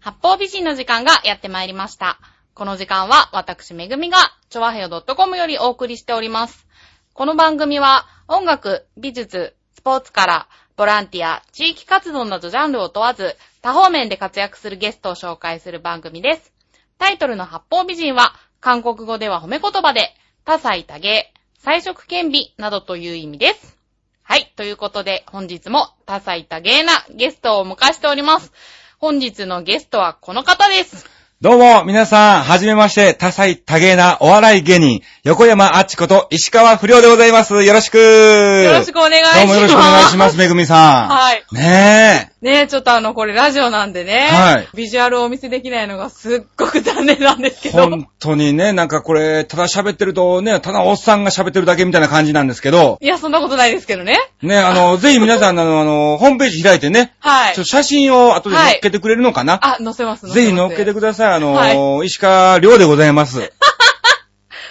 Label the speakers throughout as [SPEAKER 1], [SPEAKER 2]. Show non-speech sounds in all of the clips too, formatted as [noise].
[SPEAKER 1] 発泡美人の時間がやってまいりました。この時間は私めぐみが、ちょわへよ .com よりお送りしております。この番組は、音楽、美術、スポーツから、ボランティア、地域活動などジャンルを問わず、多方面で活躍するゲストを紹介する番組です。タイトルの八方美人は、韓国語では褒め言葉で、多彩多芸、彩色兼備などという意味です。はい。ということで、本日も多彩多芸なゲストをお迎えしております。本日のゲストはこの方です。
[SPEAKER 2] どうも、皆さん、はじめまして、多彩多芸なお笑い芸人、横山あっちこと石川不良でございます。よろしく
[SPEAKER 1] よろしくお願いします。。
[SPEAKER 2] どうもよろしくお願いしますす、めぐみさ
[SPEAKER 1] はい。
[SPEAKER 2] ん。ね
[SPEAKER 1] ねえ、ちょっとあの、これラジオなんでね。
[SPEAKER 2] はい
[SPEAKER 1] ビジュアルをお見せできないのがすっごく残念なんですけ
[SPEAKER 2] え、
[SPEAKER 1] ど。
[SPEAKER 2] 本当にね、なんかこれ、ただ喋ってるとね、ただおっさんが喋ってるだけみたいな感じなんですけど、
[SPEAKER 1] いや、そんなことないですけどね。
[SPEAKER 2] ね、あの、ぜひ皆さん、あの、あの、ホームページ開いてね、
[SPEAKER 1] はい
[SPEAKER 2] ちょっと。写真を後で載っけてくれるのかな、
[SPEAKER 1] あ、載せます、
[SPEAKER 2] ぜひ載っけ
[SPEAKER 1] く
[SPEAKER 2] てください。あの、
[SPEAKER 1] は
[SPEAKER 2] 石川亮でございます。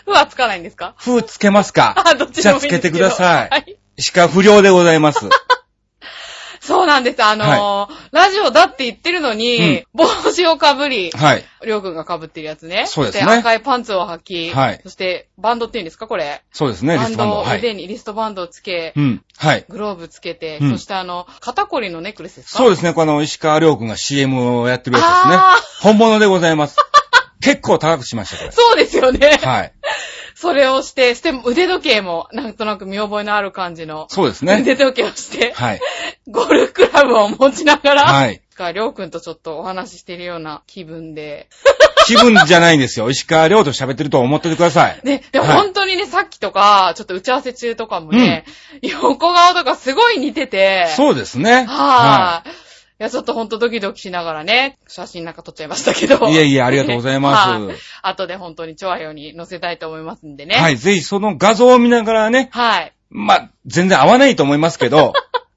[SPEAKER 1] ふはつかないんですか
[SPEAKER 2] 風つけますか
[SPEAKER 1] あ、どっちでもいいんですけど
[SPEAKER 2] じゃあつけてください
[SPEAKER 1] はい。
[SPEAKER 2] 石川不良でございます。
[SPEAKER 1] そうなんです。あのーラジオだって言ってるのに、
[SPEAKER 2] うん
[SPEAKER 1] 帽子をかぶり、
[SPEAKER 2] はい。
[SPEAKER 1] りょうくんがかぶってるやつね。
[SPEAKER 2] そうですね
[SPEAKER 1] そして赤いパンツを履き、
[SPEAKER 2] はい
[SPEAKER 1] そしてバンドっていうんですかこれ。
[SPEAKER 2] そうですね、リ
[SPEAKER 1] バン
[SPEAKER 2] ストバンド。
[SPEAKER 1] ド、
[SPEAKER 2] はい。
[SPEAKER 1] 腕にリストバンドをつけ、
[SPEAKER 2] うん。はい。
[SPEAKER 1] グローブつけて、
[SPEAKER 2] うん
[SPEAKER 1] そしてあの、肩こりのネックレスですか
[SPEAKER 2] そう
[SPEAKER 1] で
[SPEAKER 2] ですね、この石川亮君が CM をやってるやつですね
[SPEAKER 1] あ。
[SPEAKER 2] 本物でございます。 [laughs] 結構高くしました、こ
[SPEAKER 1] そうですよね。
[SPEAKER 2] れ。はい。
[SPEAKER 1] それをして、して腕時計も、なんとなく見覚えのある感じの、
[SPEAKER 2] そうですね。
[SPEAKER 1] 腕時計をして、
[SPEAKER 2] はい。
[SPEAKER 1] ゴルフクラブを持ちながら、
[SPEAKER 2] はい。
[SPEAKER 1] が、りょうくんとちょっとお話ししてるような気分で。
[SPEAKER 2] 気分じゃないんですよ。石川亮と喋ってると思っててください。
[SPEAKER 1] ね、でも
[SPEAKER 2] はい
[SPEAKER 1] 本当にね、さっきとか、ちょっと打ち合わせ中とかもね、横顔とかすごい似てて。う。
[SPEAKER 2] そうです [laughs] ね。
[SPEAKER 1] はい。いや、ちょっとほんとドキドキしながらね、写真なんか撮っちゃいましたけど。
[SPEAKER 2] い。いえいえ、ありがとうございま
[SPEAKER 1] はい
[SPEAKER 2] す。
[SPEAKER 1] 後で本当に調和用に載せたいと思いますんでね。。
[SPEAKER 2] はいい。ぜひその画像を見ながらね、
[SPEAKER 1] はい。
[SPEAKER 2] まあ、全然合わないと思いますけど、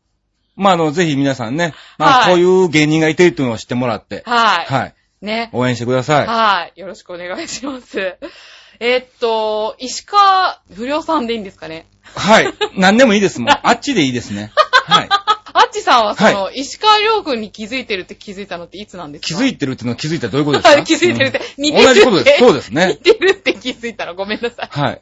[SPEAKER 2] [laughs] まあ、あの、ぜひ皆さんね、まあ、
[SPEAKER 1] はい
[SPEAKER 2] こういう芸人がいてるというのを知ってもらって、
[SPEAKER 1] はい。
[SPEAKER 2] はい。
[SPEAKER 1] ね。
[SPEAKER 2] 応援してください。
[SPEAKER 1] はい。よろしくお願いします。えーっと、石川不良さんでいいんですかね。
[SPEAKER 2] はい。何でもいいですもん。あっちでいいですね。はい。
[SPEAKER 1] あっちさんはその、石川良君に気づいてるって気づいたのっていつなんですか
[SPEAKER 2] 気づ
[SPEAKER 1] い
[SPEAKER 2] いてるってのは気づいたらどういうことですか
[SPEAKER 1] [laughs] 気づいてるって
[SPEAKER 2] うん
[SPEAKER 1] 似てるって
[SPEAKER 2] 同じことです。そうですね。
[SPEAKER 1] 似てるって気づいたのごめんなさい。
[SPEAKER 2] はい。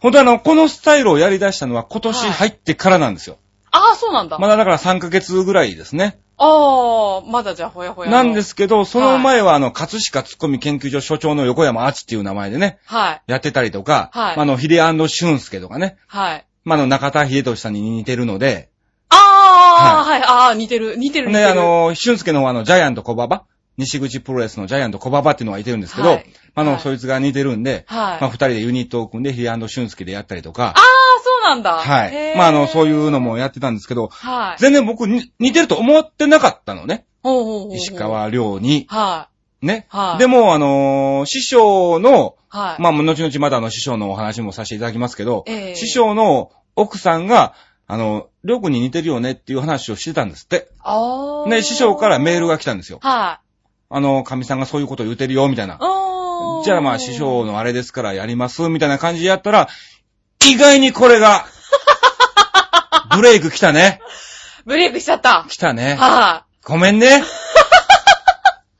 [SPEAKER 2] 本当あの、このスタイルをやり出したのは今年入ってからなんですよ。
[SPEAKER 1] ああ、そうなんだ。
[SPEAKER 2] まだだから3ヶ月ぐらいですね。
[SPEAKER 1] ああ、まだじゃあほやほやの。
[SPEAKER 2] なんですけど、その前はあの、葛飾ツッコミ研究所所長の横山あちっていう名前でね、
[SPEAKER 1] はい。
[SPEAKER 2] やってたりとか、
[SPEAKER 1] はい
[SPEAKER 2] まああの、ヒデ俊介とかね、
[SPEAKER 1] はい。
[SPEAKER 2] まああの、中田秀俊さんに似てるので、
[SPEAKER 1] ああ、はい、ああ、似てる、似てる、似て
[SPEAKER 2] ね、
[SPEAKER 1] る。
[SPEAKER 2] あの、俊介の方はあの、ジャイアント小馬場西口プロレスのジャイアント小馬場っていうのがいてるんですけど、
[SPEAKER 1] はい
[SPEAKER 2] まああの、
[SPEAKER 1] はい
[SPEAKER 2] そいつが似てるん
[SPEAKER 1] はい。
[SPEAKER 2] で、まあ、
[SPEAKER 1] あ
[SPEAKER 2] 二人でユニットを組んで、ヒデ俊介でやったりとか、
[SPEAKER 1] あ、そうなんだ。
[SPEAKER 2] は
[SPEAKER 1] へ
[SPEAKER 2] い。
[SPEAKER 1] ー
[SPEAKER 2] まあ、あの、そういうの。もやってたんですけど、
[SPEAKER 1] はい。
[SPEAKER 2] 全然僕に似てると思ってなかったのね。
[SPEAKER 1] ほうほうほうほう
[SPEAKER 2] 石。川亮に。
[SPEAKER 1] は
[SPEAKER 2] ね。
[SPEAKER 1] はい
[SPEAKER 2] でも、あのー師匠の
[SPEAKER 1] い。、はい。
[SPEAKER 2] まあ、後々またあの、師匠のお話もさせていただきますけど、
[SPEAKER 1] ええ
[SPEAKER 2] 師匠の奥さんが、あの、亮君に似てるよねっていう話をしてたんですって。
[SPEAKER 1] ああ。
[SPEAKER 2] ね、師匠からメールが来たんですよ。
[SPEAKER 1] はい。
[SPEAKER 2] あの、神さんがそういうこと言ってるよ、みたいな。
[SPEAKER 1] おー
[SPEAKER 2] じゃあまあ、師匠のあれですからやります、みたいな感じでやったら、意外にこれが、
[SPEAKER 1] [laughs]
[SPEAKER 2] ブレイク来たね。
[SPEAKER 1] ブレイクしちゃった。
[SPEAKER 2] 来たね。
[SPEAKER 1] は
[SPEAKER 2] ごめんね。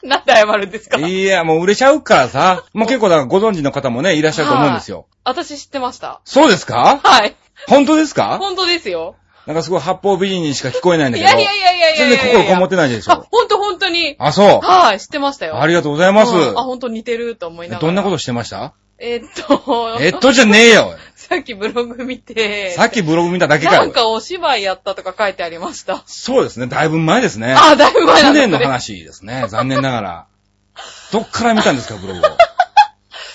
[SPEAKER 1] い。なんで謝るんですか
[SPEAKER 2] いや、もう売れちゃうからさ。もう結構だからご存知の方もね、いらっしゃると思うんですよ。
[SPEAKER 1] 私知ってました。
[SPEAKER 2] そうですか
[SPEAKER 1] はい。
[SPEAKER 2] 本当ですか
[SPEAKER 1] 本当ですよ。
[SPEAKER 2] なんかすごい八方美人にしか聞こえないんだ
[SPEAKER 1] い
[SPEAKER 2] けど。
[SPEAKER 1] やいやいやいやいや
[SPEAKER 2] 全
[SPEAKER 1] いや
[SPEAKER 2] 然心こもってないでし
[SPEAKER 1] あ
[SPEAKER 2] ょ、。
[SPEAKER 1] 本当本当に。
[SPEAKER 2] あ、そう。
[SPEAKER 1] はい、知ってましたよ。
[SPEAKER 2] あり
[SPEAKER 1] がと
[SPEAKER 2] がとうございます。
[SPEAKER 1] あ、本当似てると思いながら。
[SPEAKER 2] どんなこととしてました
[SPEAKER 1] えっと、
[SPEAKER 2] えっとじゃねえよ。
[SPEAKER 1] さっきブログ見て、
[SPEAKER 2] さっきブログ見ただけか
[SPEAKER 1] なん
[SPEAKER 2] よ。
[SPEAKER 1] かお芝居やったとか書いてありました。
[SPEAKER 2] そうですね。だいぶ前ですね。
[SPEAKER 1] あ、だいぶ前な
[SPEAKER 2] 去
[SPEAKER 1] んです
[SPEAKER 2] 年の
[SPEAKER 1] ね。
[SPEAKER 2] 話で
[SPEAKER 1] [laughs]
[SPEAKER 2] すね。残念ながら。どっから見たんですか、ブログを。
[SPEAKER 1] い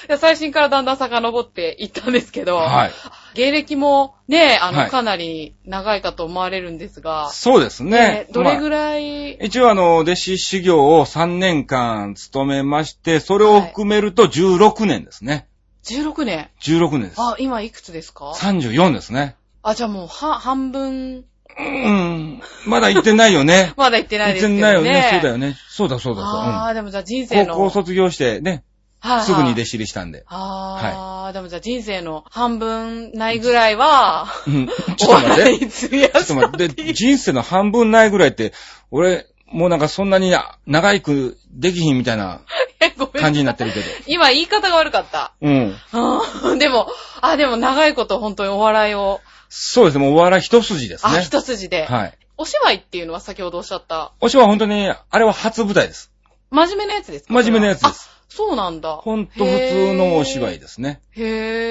[SPEAKER 1] や最新からだんだん遡っていったんですけど、
[SPEAKER 2] はい。
[SPEAKER 1] 芸歴もね、あの、
[SPEAKER 2] はい
[SPEAKER 1] かなり長いかと思われるんですが、
[SPEAKER 2] そうですね。
[SPEAKER 1] どれぐ
[SPEAKER 2] まあ
[SPEAKER 1] らい、
[SPEAKER 2] 一応あの、弟子修行を3年間務めまして、それを含めると16年ですね。
[SPEAKER 1] 16年
[SPEAKER 2] 16年です。
[SPEAKER 1] あ、今いくつですか
[SPEAKER 2] 34ですね。
[SPEAKER 1] あ、じゃあもう、は、半分、。
[SPEAKER 2] うーん。まだ行ってないよね
[SPEAKER 1] まだ行って [laughs] ないで
[SPEAKER 2] 行っ
[SPEAKER 1] す
[SPEAKER 2] て
[SPEAKER 1] けどね。
[SPEAKER 2] ないよね。そうだよね。そうだそうだそう
[SPEAKER 1] あ
[SPEAKER 2] だ
[SPEAKER 1] あ、でもじゃあ人
[SPEAKER 2] う
[SPEAKER 1] 生
[SPEAKER 2] ん。
[SPEAKER 1] の。
[SPEAKER 2] 高校卒業してね、
[SPEAKER 1] はいはい
[SPEAKER 2] すぐに弟子入りしたんで。
[SPEAKER 1] ああ、でもじゃあ人生の半分ないぐらいは、
[SPEAKER 2] [laughs] うん。ちょっと待って。
[SPEAKER 1] て。ちょっ [laughs]
[SPEAKER 2] ちょっと待って。人生の半分ないぐらいって、俺、もうなんかそんなにあ長いくできひんみたいな
[SPEAKER 1] え、ごめん
[SPEAKER 2] 感じになっ
[SPEAKER 1] [laughs]
[SPEAKER 2] てるけど。
[SPEAKER 1] 今言い方が悪かった。
[SPEAKER 2] うん。
[SPEAKER 1] あーでも、あ、でも長いこと本当にお笑いを、
[SPEAKER 2] そうですね。もうお笑い一筋です
[SPEAKER 1] あ、
[SPEAKER 2] ね。
[SPEAKER 1] 一筋で、
[SPEAKER 2] はい。
[SPEAKER 1] お芝居っていうのは先ほどおっしゃった、
[SPEAKER 2] お芝居は本当に、あれは初舞台です。
[SPEAKER 1] 真面目なやつですか
[SPEAKER 2] 真面目なやつで。
[SPEAKER 1] それは
[SPEAKER 2] す。
[SPEAKER 1] あそうなんだ。
[SPEAKER 2] ほんと普通のお芝居ですね。
[SPEAKER 1] へ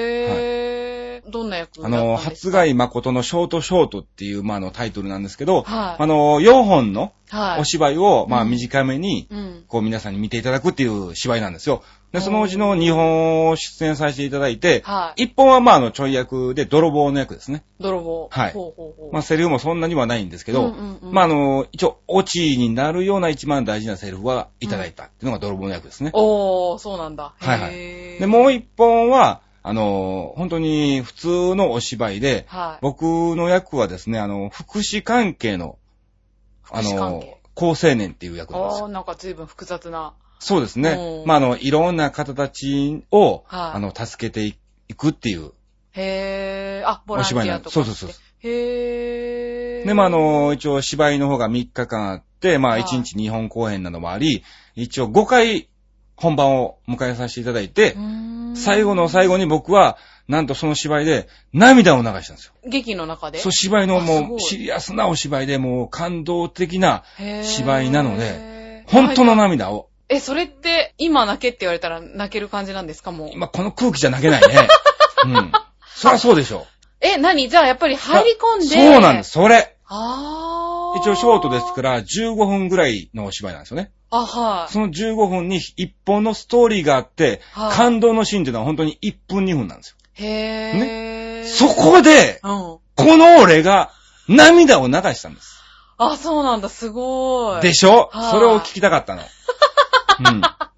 [SPEAKER 1] ー。へーどんな役だ
[SPEAKER 2] あ
[SPEAKER 1] ったんですか
[SPEAKER 2] の、初貝誠のショートショートっていう、まあ、あの、タイトルなんですけど、
[SPEAKER 1] はい
[SPEAKER 2] あの、4本の
[SPEAKER 1] はい。
[SPEAKER 2] お芝居を、まあ、
[SPEAKER 1] うん
[SPEAKER 2] 短めに、
[SPEAKER 1] うん。
[SPEAKER 2] こう、皆さんに見ていただくっていう芝居なんですよ。で、そのうちの2本を出演させていただいて、
[SPEAKER 1] はい。
[SPEAKER 2] 1本は、まあ、あの、ちょい役で、泥棒の役ですね。
[SPEAKER 1] 泥棒。
[SPEAKER 2] はい
[SPEAKER 1] ほうほうほう。
[SPEAKER 2] まあ、セリフもそんなにはないんですけど、
[SPEAKER 1] うんうんうん
[SPEAKER 2] まあ、あの、一応、オチになるような一番大事なセリフはいただいたっていうのが泥棒の役ですね。
[SPEAKER 1] おー、そうなんだ。
[SPEAKER 2] はいはい
[SPEAKER 1] へー
[SPEAKER 2] で、もう一本は、あの、本当に普通のお芝居で、
[SPEAKER 1] はい。
[SPEAKER 2] 僕の役はですね、あの、福祉関係の、あ
[SPEAKER 1] 福祉関
[SPEAKER 2] の
[SPEAKER 1] 係、
[SPEAKER 2] 高青年っていう役なんです
[SPEAKER 1] あー、
[SPEAKER 2] よ。
[SPEAKER 1] なんか随分複雑な。
[SPEAKER 2] そうですね
[SPEAKER 1] お。ー
[SPEAKER 2] まあ、あの、いろんな方たち
[SPEAKER 1] はい
[SPEAKER 2] を、あの、助けていくっていう
[SPEAKER 1] へー。あ、ボ
[SPEAKER 2] お
[SPEAKER 1] ランテ
[SPEAKER 2] 芝居
[SPEAKER 1] ィ
[SPEAKER 2] なん
[SPEAKER 1] ア
[SPEAKER 2] で
[SPEAKER 1] と
[SPEAKER 2] す。
[SPEAKER 1] か。
[SPEAKER 2] そうそうそう。。
[SPEAKER 1] へー。
[SPEAKER 2] で、まあ、あ、の、一応芝居の方が3日間あって、まあ、
[SPEAKER 1] はい
[SPEAKER 2] 1日2本公演などもあり、一応5回本番を迎えさせていただいて
[SPEAKER 1] う、ーん
[SPEAKER 2] 最後の最後に僕は、なんとその芝居で涙を流したんですよ。
[SPEAKER 1] 劇の中で
[SPEAKER 2] そう、芝居の
[SPEAKER 1] あす
[SPEAKER 2] も
[SPEAKER 1] ご
[SPEAKER 2] う
[SPEAKER 1] い
[SPEAKER 2] シリアスなお芝居で、もう感動的な、
[SPEAKER 1] へー
[SPEAKER 2] 芝居なので本当の
[SPEAKER 1] はい
[SPEAKER 2] 涙を、
[SPEAKER 1] え、それって、今泣けって言われたら泣ける感じなんですかもう。
[SPEAKER 2] 今この空気じゃ泣けない
[SPEAKER 1] [laughs]
[SPEAKER 2] ね。うん。そりゃそうでしょ。
[SPEAKER 1] え、何じゃあやっぱり入り込んで。
[SPEAKER 2] そうなんです、。それ。
[SPEAKER 1] あー。。
[SPEAKER 2] 一応ショートですからら15分ぐらいのお芝居なんですよね。
[SPEAKER 1] あ、はい。
[SPEAKER 2] その15分に1本のストーリーがあって、
[SPEAKER 1] はい
[SPEAKER 2] 感動のシーンっていうのは本当に1分2分なんです
[SPEAKER 1] へー。ね
[SPEAKER 2] よ。そこで、
[SPEAKER 1] うん。
[SPEAKER 2] この俺が涙を流したんです。
[SPEAKER 1] あ、そうなんだ、すごい。
[SPEAKER 2] でしょ
[SPEAKER 1] はい
[SPEAKER 2] それを聞きたかったの。うん。だか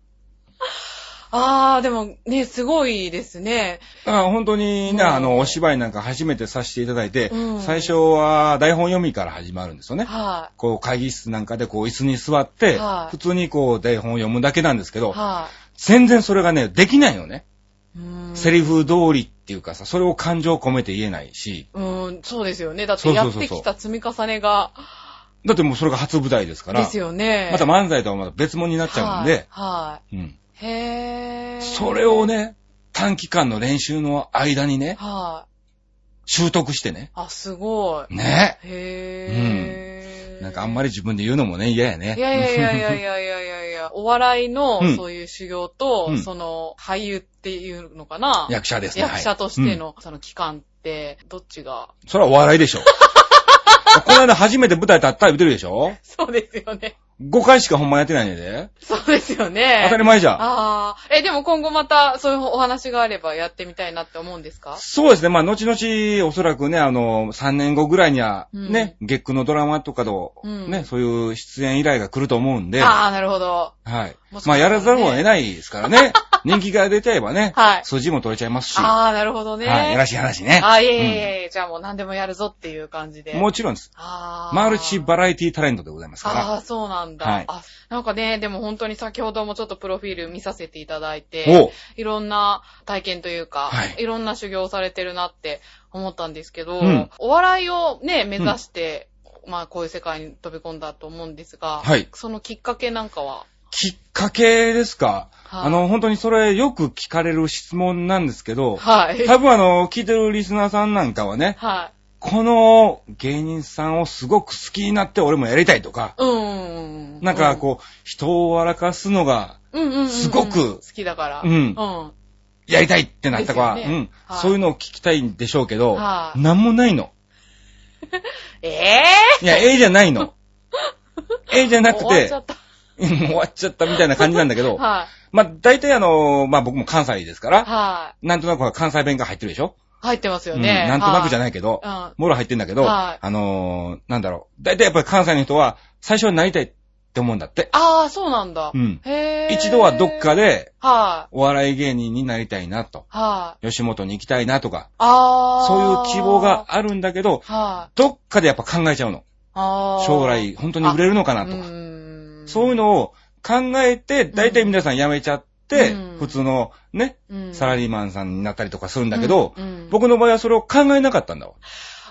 [SPEAKER 1] あー、でもね、すごいですね。
[SPEAKER 2] ら本当に
[SPEAKER 1] うん
[SPEAKER 2] ね、あの、お芝居なんか初めてさせていただいて
[SPEAKER 1] う、ん
[SPEAKER 2] 最初は台本読みから始まるんですよね。
[SPEAKER 1] は
[SPEAKER 2] こう、会議室なんかでこう、椅子に座って
[SPEAKER 1] は、い
[SPEAKER 2] 普通にこう、台本を読むだけなんですけ
[SPEAKER 1] い。
[SPEAKER 2] ど、
[SPEAKER 1] は
[SPEAKER 2] 全然それがね、できないよね。
[SPEAKER 1] い。うーん
[SPEAKER 2] セリフ通りっていうかさ、それを感情込めて言えないし、
[SPEAKER 1] うーん、そうですよね。だっ
[SPEAKER 2] そ
[SPEAKER 1] て
[SPEAKER 2] うそう
[SPEAKER 1] や
[SPEAKER 2] そう
[SPEAKER 1] っ
[SPEAKER 2] そう
[SPEAKER 1] てきた積み重ねが、
[SPEAKER 2] だってもうそれが初舞台ですから、
[SPEAKER 1] ですよね。
[SPEAKER 2] また漫才とはまた別物になっちゃうんで、
[SPEAKER 1] は
[SPEAKER 2] うん
[SPEAKER 1] い。はい。へー。
[SPEAKER 2] それを。ね、短期間の練習の間にね、
[SPEAKER 1] はい。
[SPEAKER 2] 習得してね、
[SPEAKER 1] あ、すごい。
[SPEAKER 2] ね、
[SPEAKER 1] へー。
[SPEAKER 2] なんかあんま
[SPEAKER 1] り。
[SPEAKER 2] り自分で言うのもね、嫌やね。
[SPEAKER 1] いやいやいやいやいやいやいやいや、お笑いの
[SPEAKER 2] うん
[SPEAKER 1] そういう修行と、
[SPEAKER 2] うん
[SPEAKER 1] その俳優っていうのかな、
[SPEAKER 2] [laughs] 役者ですね。
[SPEAKER 1] 役者として
[SPEAKER 2] はい
[SPEAKER 1] の、その期間って、どっちが、
[SPEAKER 2] うんそれはお笑
[SPEAKER 1] [laughs]
[SPEAKER 2] いでしょ。この間初めて舞台立った言うてるでしょ
[SPEAKER 1] そうですよね。
[SPEAKER 2] ?5 回しかほんまやってないねんで。
[SPEAKER 1] そうですよね。
[SPEAKER 2] 当たり前じゃん。
[SPEAKER 1] ああ。え、でも今後またそういうお話があればやってみたいなって思うんですか
[SPEAKER 2] そうですね。まあ、後々、おそらくね、あの、3年後ぐらいには、ね、月9のドラマとかと、
[SPEAKER 1] うん
[SPEAKER 2] ね、そういう出演依頼が来ると思うんで、
[SPEAKER 1] ああ、なるほど。
[SPEAKER 2] はい
[SPEAKER 1] も。しかしたらね
[SPEAKER 2] まあ、やらざるを得ないですか
[SPEAKER 1] [laughs]
[SPEAKER 2] らね。人気が出ちゃえばね、
[SPEAKER 1] はい
[SPEAKER 2] 数字も取れちゃいますし、は
[SPEAKER 1] ああ、なるほど
[SPEAKER 2] い。
[SPEAKER 1] ね。
[SPEAKER 2] やらしい話ね。
[SPEAKER 1] あーいえいえいえ、じゃあもう何でもやるぞっていう感じで。
[SPEAKER 2] もちろんです。
[SPEAKER 1] ああ。
[SPEAKER 2] マルチバラエティタレントでございます
[SPEAKER 1] あ
[SPEAKER 2] か
[SPEAKER 1] あ、そうなんだ、
[SPEAKER 2] はい
[SPEAKER 1] あ。なんかね、でも本当に先ほどもちょっとプロフィール見させていただい
[SPEAKER 2] ら。
[SPEAKER 1] て、
[SPEAKER 2] おう
[SPEAKER 1] いろんな体験というか、
[SPEAKER 2] はい
[SPEAKER 1] い、ろんな修行をされてるなって思ったんですけど、
[SPEAKER 2] うん
[SPEAKER 1] お笑いをね、目指して、まあこういう世界に飛び込んだと思うんですが、
[SPEAKER 2] はい
[SPEAKER 1] そのきっかけなんかは、
[SPEAKER 2] きっかけですか、
[SPEAKER 1] はい
[SPEAKER 2] あの、本当にそれよく聞かれる質問なんですけど、
[SPEAKER 1] はい。
[SPEAKER 2] 多分あの、聞いてるリスナーさんなんかはね、
[SPEAKER 1] は
[SPEAKER 2] この芸人さんをすごく好きになって俺もやりたいとか、
[SPEAKER 1] い。うん。
[SPEAKER 2] なんかこう、人を笑かすのが
[SPEAKER 1] う、うんうんうんうん、
[SPEAKER 2] すごく
[SPEAKER 1] 好きだから。
[SPEAKER 2] うん
[SPEAKER 1] うん。
[SPEAKER 2] やりたいってなったかは、
[SPEAKER 1] ですよね
[SPEAKER 2] う
[SPEAKER 1] は
[SPEAKER 2] ん、
[SPEAKER 1] い
[SPEAKER 2] そういうのを聞きたいんでしょうけど、
[SPEAKER 1] はい
[SPEAKER 2] なんもないの。
[SPEAKER 1] ええ
[SPEAKER 2] いや、ええじゃないの。ええじゃ
[SPEAKER 1] ー、
[SPEAKER 2] なく
[SPEAKER 1] 終わってちゃ、った。
[SPEAKER 2] うん終わっちゃったみたいな感じなんだけど、
[SPEAKER 1] はい。
[SPEAKER 2] まあ、大体あの、まあ僕も関西ですから、
[SPEAKER 1] はい。
[SPEAKER 2] なんとなくは関西弁が入ってるでしょ、
[SPEAKER 1] 入ってますよ
[SPEAKER 2] うん、
[SPEAKER 1] ね。
[SPEAKER 2] なんとなくじゃ
[SPEAKER 1] ない。
[SPEAKER 2] ないけど、
[SPEAKER 1] うん。
[SPEAKER 2] もろ入ってんだけど、
[SPEAKER 1] は
[SPEAKER 2] あ
[SPEAKER 1] い
[SPEAKER 2] のーなんだろう。大体やっぱり関西の人は、最初はなりたいって思うんだって。
[SPEAKER 1] ああ、そうなんだ。
[SPEAKER 2] うん
[SPEAKER 1] へえ。
[SPEAKER 2] 一度はどっか。で、
[SPEAKER 1] はい、
[SPEAKER 2] お笑い芸人になりたいなと、
[SPEAKER 1] はい、
[SPEAKER 2] 吉本に行きたいなとか、
[SPEAKER 1] ああ。
[SPEAKER 2] そういう希望が。あるんだけど、
[SPEAKER 1] はい、
[SPEAKER 2] どっかでやっぱ考えちゃうの。
[SPEAKER 1] ああ。
[SPEAKER 2] 将来本当に売れるのかなとか。
[SPEAKER 1] か
[SPEAKER 2] そういう
[SPEAKER 1] の
[SPEAKER 2] のを考えて、大体皆さん辞めちゃって、
[SPEAKER 1] うん
[SPEAKER 2] 普通のね、サラ
[SPEAKER 1] リ
[SPEAKER 2] リーマンさんになったりとかするんだけど、
[SPEAKER 1] うんうん
[SPEAKER 2] 僕の場合はそれを考えなかったんだわ。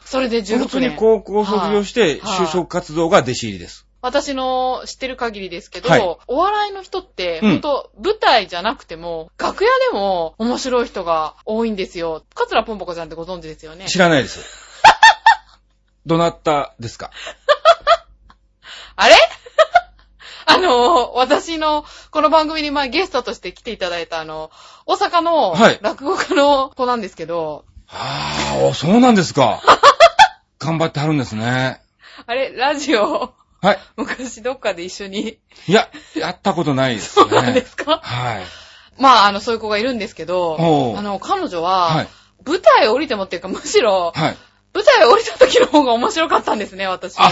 [SPEAKER 1] それで16
[SPEAKER 2] 普
[SPEAKER 1] 年。
[SPEAKER 2] 通に高校を卒業して
[SPEAKER 1] はいはい
[SPEAKER 2] 就職活動が弟子入りです。
[SPEAKER 1] 私の知ってる限りですけど、
[SPEAKER 2] はい
[SPEAKER 1] お笑いの人って、
[SPEAKER 2] うん
[SPEAKER 1] 本当、舞台じゃなくても、楽屋でも面白い人が多いんですよ。カツラポンポコちゃんってご存知ですよね。
[SPEAKER 2] 知らな
[SPEAKER 1] [laughs]
[SPEAKER 2] いです。どなたですか
[SPEAKER 1] あれ [laughs] あの、私の、この番組に前ゲストとして来ていただいた、あの、大阪の
[SPEAKER 2] はい、
[SPEAKER 1] 落語家の子なんですけど、
[SPEAKER 2] ああ、おそうなんですか。
[SPEAKER 1] [laughs]
[SPEAKER 2] 頑張ってはるんですね。
[SPEAKER 1] あれ、ラジオ、 [laughs]
[SPEAKER 2] はい。
[SPEAKER 1] 昔どっかで一緒に、
[SPEAKER 2] いや、やったことないです
[SPEAKER 1] そ
[SPEAKER 2] ね。
[SPEAKER 1] うなんですか
[SPEAKER 2] はい。
[SPEAKER 1] まあ、あの、そういう子がいるんですけど、
[SPEAKER 2] おう
[SPEAKER 1] あの、彼女
[SPEAKER 2] はい
[SPEAKER 1] は、。舞台を降りてもっていうか、むしろ、
[SPEAKER 2] はい。
[SPEAKER 1] 舞台を降りた時の方が面白かったんですね、私。
[SPEAKER 2] あ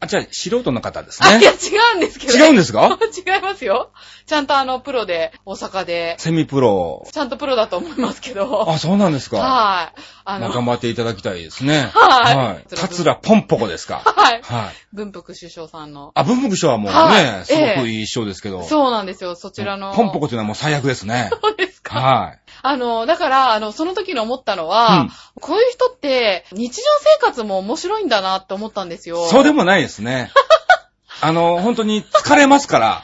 [SPEAKER 2] あ、じゃあ、素人の方です
[SPEAKER 1] あいや、
[SPEAKER 2] ね。
[SPEAKER 1] 違うんですけど。
[SPEAKER 2] 違うんですか
[SPEAKER 1] [laughs] 違いますよ。ちゃんとあの、プロで、大阪で、
[SPEAKER 2] セミプロ。
[SPEAKER 1] ちゃんとプロだと思いますけど。
[SPEAKER 2] あ、そうなんですか。
[SPEAKER 1] はい。あ
[SPEAKER 2] まあ
[SPEAKER 1] の、
[SPEAKER 2] 頑張っていただきたいですね。
[SPEAKER 1] はい [laughs]
[SPEAKER 2] はい。カツラポンポコですか。
[SPEAKER 1] はい。
[SPEAKER 2] はい。
[SPEAKER 1] 文福首相さんの。
[SPEAKER 2] あ、文福賞はもう
[SPEAKER 1] は
[SPEAKER 2] ね
[SPEAKER 1] い、
[SPEAKER 2] すごくいい賞ですけど。う。
[SPEAKER 1] そうなんですよ、そちらの。
[SPEAKER 2] ポンポコっていうのはもう最悪です
[SPEAKER 1] [laughs]
[SPEAKER 2] ね。
[SPEAKER 1] そうですか。
[SPEAKER 2] は
[SPEAKER 1] あの、だから、あの、その時に思ったのは、
[SPEAKER 2] うん
[SPEAKER 1] こういう人って、日常生活も面白いんだなって思ったんです
[SPEAKER 2] い
[SPEAKER 1] よ。。
[SPEAKER 2] そうでもないですね。
[SPEAKER 1] [laughs]
[SPEAKER 2] あの、本当に疲れますから。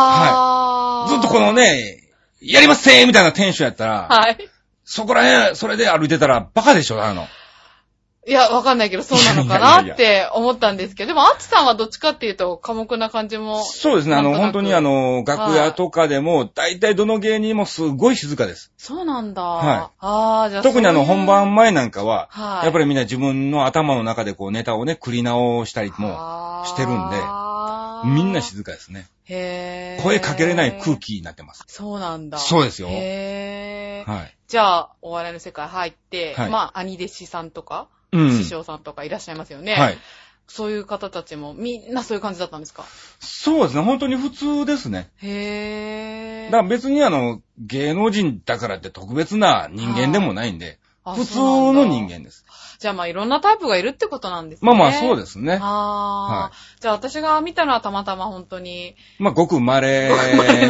[SPEAKER 1] あー。
[SPEAKER 2] ずっとこのね、やりますせーみたいなテンションやったら、
[SPEAKER 1] はい。
[SPEAKER 2] そこら辺、それで歩いてたらバカでしょ、あの。
[SPEAKER 1] いや、わかんないけど、そうなのかなって思ったんですけど、でも、アツさんはどっちかっていうと、寡黙な感じも。
[SPEAKER 2] そうですね、あの、
[SPEAKER 1] なんとな
[SPEAKER 2] 本
[SPEAKER 1] く
[SPEAKER 2] 当にあの、楽屋とかでも、大体どの芸人もすごい静かです。
[SPEAKER 1] そうなんだ。
[SPEAKER 2] は
[SPEAKER 1] あー、じゃあ。
[SPEAKER 2] 特にあの、
[SPEAKER 1] そういう
[SPEAKER 2] 本番、前なんかは、
[SPEAKER 1] はい。
[SPEAKER 2] やっぱ
[SPEAKER 1] り、
[SPEAKER 2] りみんな自分の頭の中でこうネタをね、繰り直したりも、してるんでみんな静かですね。
[SPEAKER 1] へー。
[SPEAKER 2] 声かけれない空。気になってます。
[SPEAKER 1] そうなんだ。
[SPEAKER 2] そうですよ
[SPEAKER 1] へー。
[SPEAKER 2] はい。
[SPEAKER 1] じゃあ、お笑いの世界入って、
[SPEAKER 2] はい
[SPEAKER 1] まあ、兄弟子さんとか、
[SPEAKER 2] うん。
[SPEAKER 1] 師匠さんとかいらっしゃいますよね。
[SPEAKER 2] はい。
[SPEAKER 1] そういう方たちも、みんなそういう感じだったんですか
[SPEAKER 2] そうですね、本当に普通ですね。
[SPEAKER 1] へー。
[SPEAKER 2] だから別にあの、芸能人だからって特別な人間でもないんで、
[SPEAKER 1] あ
[SPEAKER 2] 普通
[SPEAKER 1] そうな
[SPEAKER 2] の
[SPEAKER 1] んだ
[SPEAKER 2] 人間です。
[SPEAKER 1] じゃあまあいろんなタイプがいるってことなんですね。
[SPEAKER 2] まあまあそう
[SPEAKER 1] す
[SPEAKER 2] ですね。
[SPEAKER 1] ああ、
[SPEAKER 2] は
[SPEAKER 1] じゃあ私が見たのはたまたま本当に。
[SPEAKER 2] まあ、ごく稀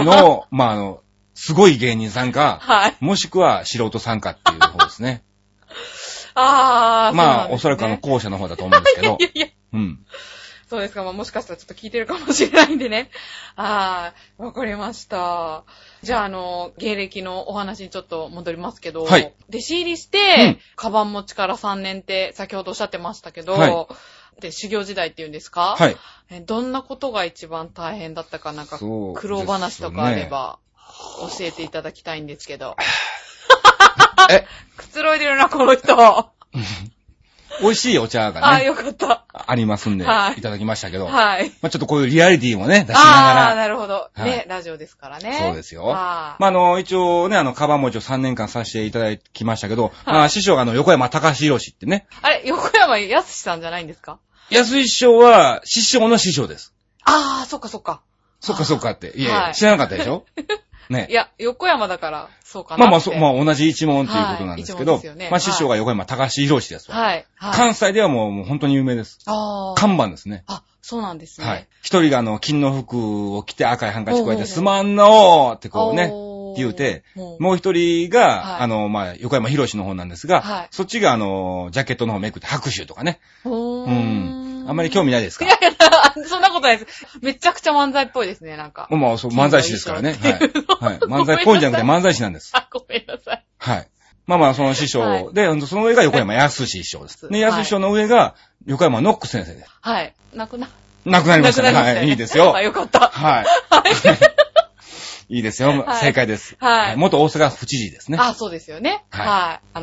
[SPEAKER 2] の、
[SPEAKER 1] [laughs]
[SPEAKER 2] まあ、あの、すごい芸人さんか、
[SPEAKER 1] はい。
[SPEAKER 2] もしくは素人さんかっていう方ですね。
[SPEAKER 1] [laughs] ああ、
[SPEAKER 2] まあ、おそ
[SPEAKER 1] そう
[SPEAKER 2] ら
[SPEAKER 1] なんです
[SPEAKER 2] くあ
[SPEAKER 1] ね
[SPEAKER 2] の、後者の方だと思うんですけ
[SPEAKER 1] [laughs]
[SPEAKER 2] ど
[SPEAKER 1] い、やいや、
[SPEAKER 2] うん。
[SPEAKER 1] そうですか。まあもしかしたらちょっと聞いてるかもしれないんでね。ああ、わかりました。じゃああの、芸歴のお話にちょっと戻りますけど、
[SPEAKER 2] はい
[SPEAKER 1] 弟子入りし
[SPEAKER 2] うん
[SPEAKER 1] て、カバン持ちから3年って先ほどおっしゃってましたけど、
[SPEAKER 2] は
[SPEAKER 1] で修行時代っていうんですか。
[SPEAKER 2] はいい。
[SPEAKER 1] えどんなことが一番大変だったかなんか
[SPEAKER 2] そうです
[SPEAKER 1] 苦
[SPEAKER 2] ね
[SPEAKER 1] 労話とかあれば、教えていただきたいんですけ
[SPEAKER 2] [laughs]
[SPEAKER 1] ど。
[SPEAKER 2] え
[SPEAKER 1] くつろいでるな、この人。あ
[SPEAKER 2] 美味しいお茶が
[SPEAKER 1] あ、
[SPEAKER 2] ね、
[SPEAKER 1] よかった。
[SPEAKER 2] ありますんで、
[SPEAKER 1] はい
[SPEAKER 2] いただきましたけど、ま
[SPEAKER 1] はい。
[SPEAKER 2] あ、ちょっとこういうリアリティもね、出しな
[SPEAKER 1] ああ、
[SPEAKER 2] がら、
[SPEAKER 1] なるほど。
[SPEAKER 2] はい
[SPEAKER 1] ね、ラジオですからね。
[SPEAKER 2] そうですよ
[SPEAKER 1] はい。
[SPEAKER 2] まあ、あの、一応ね、あの、カバン持ちを3年間させていただきましたけど、まあ、師匠があの、横山隆弘氏ってね、
[SPEAKER 1] あれ、横山やすしさんじゃないんですか
[SPEAKER 2] 安井師匠は、師匠の師匠です。
[SPEAKER 1] ああ、そっかそっか。
[SPEAKER 2] そっかそっかって。いやいや、
[SPEAKER 1] はい
[SPEAKER 2] 知らなかったで
[SPEAKER 1] [laughs]
[SPEAKER 2] しょね
[SPEAKER 1] い。や、横山だから、そうかなって。
[SPEAKER 2] まあまあ、そう、まあ同じ一門ということなんですけど、
[SPEAKER 1] はい一門ですよね
[SPEAKER 2] まあ師匠が横山高橋博士ですわ、
[SPEAKER 1] はい。はい。
[SPEAKER 2] 関西ではもうもう本当に有名です。
[SPEAKER 1] ああ。
[SPEAKER 2] 看板ですね。
[SPEAKER 1] あ、そうなんですね。
[SPEAKER 2] はい。一人があの、金の服を着て赤いハンカチ加え
[SPEAKER 1] おうおうお
[SPEAKER 2] て、
[SPEAKER 1] う
[SPEAKER 2] すまんのーってこうね、
[SPEAKER 1] おー
[SPEAKER 2] って言うて、
[SPEAKER 1] も
[SPEAKER 2] もう一人が、
[SPEAKER 1] はい
[SPEAKER 2] あの、まあ、横山博士の方なんですが、
[SPEAKER 1] はい
[SPEAKER 2] そっちがあの、ジャケットの方めくって拍手とかね。
[SPEAKER 1] う、
[SPEAKER 2] う。
[SPEAKER 1] うん
[SPEAKER 2] あんまり興味ないですか
[SPEAKER 1] いやいや、 [laughs] そんなことないです。めちゃくちゃ漫才っぽいですね、なんか。
[SPEAKER 2] まあまあ、そう、漫才師ですからね。
[SPEAKER 1] 金の衣装
[SPEAKER 2] はい。はい。漫才っぽいんじゃなくて漫才師なんです。
[SPEAKER 1] あ、ごめんなさい。
[SPEAKER 2] はい。まあまあ、その師匠、
[SPEAKER 1] はい
[SPEAKER 2] で、ほんとその上が横山康師匠です。
[SPEAKER 1] は
[SPEAKER 2] で、
[SPEAKER 1] い
[SPEAKER 2] 康師匠の上が横山ノックス先生です。
[SPEAKER 1] はい。なくな、
[SPEAKER 2] 亡くなりましたね。
[SPEAKER 1] なくなりましたね
[SPEAKER 2] はい。いいですよ
[SPEAKER 1] あ、。よかった。
[SPEAKER 2] はい。いいですよ。
[SPEAKER 1] はい
[SPEAKER 2] 正解です。
[SPEAKER 1] はい
[SPEAKER 2] 元大阪府知事ですね。
[SPEAKER 1] あ、そうですよね。
[SPEAKER 2] は
[SPEAKER 1] はいい。あ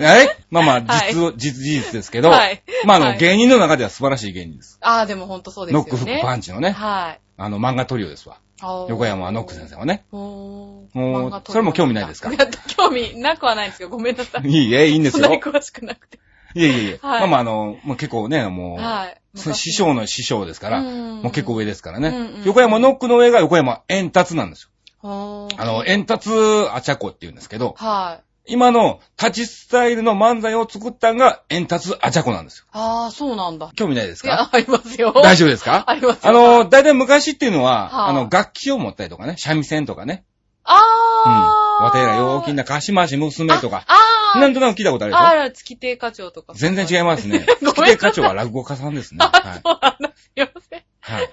[SPEAKER 1] の、
[SPEAKER 2] はい。まあまあ、
[SPEAKER 1] はい
[SPEAKER 2] 実を、実事実ですけど、
[SPEAKER 1] はい
[SPEAKER 2] [laughs] まああの、
[SPEAKER 1] はい
[SPEAKER 2] 芸人の中では素晴らしい芸人です。
[SPEAKER 1] あ、でもほんとそうですよ
[SPEAKER 2] ノ
[SPEAKER 1] ね。
[SPEAKER 2] ックフックパンチのね、
[SPEAKER 1] はい。
[SPEAKER 2] あの、漫画トリオですわ。
[SPEAKER 1] あー
[SPEAKER 2] 横山ノック先。生はね。
[SPEAKER 1] おー
[SPEAKER 2] もう
[SPEAKER 1] 漫画撮る
[SPEAKER 2] それも興味ないですか
[SPEAKER 1] や興味なくはないんですけど、ごめんなさい。
[SPEAKER 2] いいえ、いいんで
[SPEAKER 1] そ
[SPEAKER 2] す
[SPEAKER 1] んな
[SPEAKER 2] よ
[SPEAKER 1] に。詳しくなくて。
[SPEAKER 2] いえいえいえ。
[SPEAKER 1] はい
[SPEAKER 2] まあまあ、あの、もう結構ね、もう、
[SPEAKER 1] はい。
[SPEAKER 2] 師匠の師匠ですから、
[SPEAKER 1] うん
[SPEAKER 2] もう結構上ですから
[SPEAKER 1] うん
[SPEAKER 2] ね
[SPEAKER 1] う。ん
[SPEAKER 2] 横山ノックの上が横山円達なんですよ。
[SPEAKER 1] おー
[SPEAKER 2] あの、円達あちゃこって言うんですけど、
[SPEAKER 1] はい。
[SPEAKER 2] 今の立ちスタイルの漫才を作ったんが円達あちゃこなんですよ。
[SPEAKER 1] あー、そうなんだ。
[SPEAKER 2] 興味ないです
[SPEAKER 1] いや
[SPEAKER 2] か、
[SPEAKER 1] ありますよ。
[SPEAKER 2] 大丈夫ですか
[SPEAKER 1] ありますよ。
[SPEAKER 2] あの、大体昔っていうの
[SPEAKER 1] は
[SPEAKER 2] は、
[SPEAKER 1] あ
[SPEAKER 2] あの、楽器を持ったりとかね、三味線とかね、うん。
[SPEAKER 1] あー。
[SPEAKER 2] わてら陽気なかしまし娘とか、
[SPEAKER 1] ああー。
[SPEAKER 2] なんとなく聞いたことあるでし
[SPEAKER 1] あ
[SPEAKER 2] ょ
[SPEAKER 1] ら、月亭課長とか。
[SPEAKER 2] 全然違いますね
[SPEAKER 1] [laughs] 。ご
[SPEAKER 2] 月
[SPEAKER 1] めんなさい
[SPEAKER 2] 亭課長は落語家さんですね。はい
[SPEAKER 1] そうなんだ。すいません。
[SPEAKER 2] はい。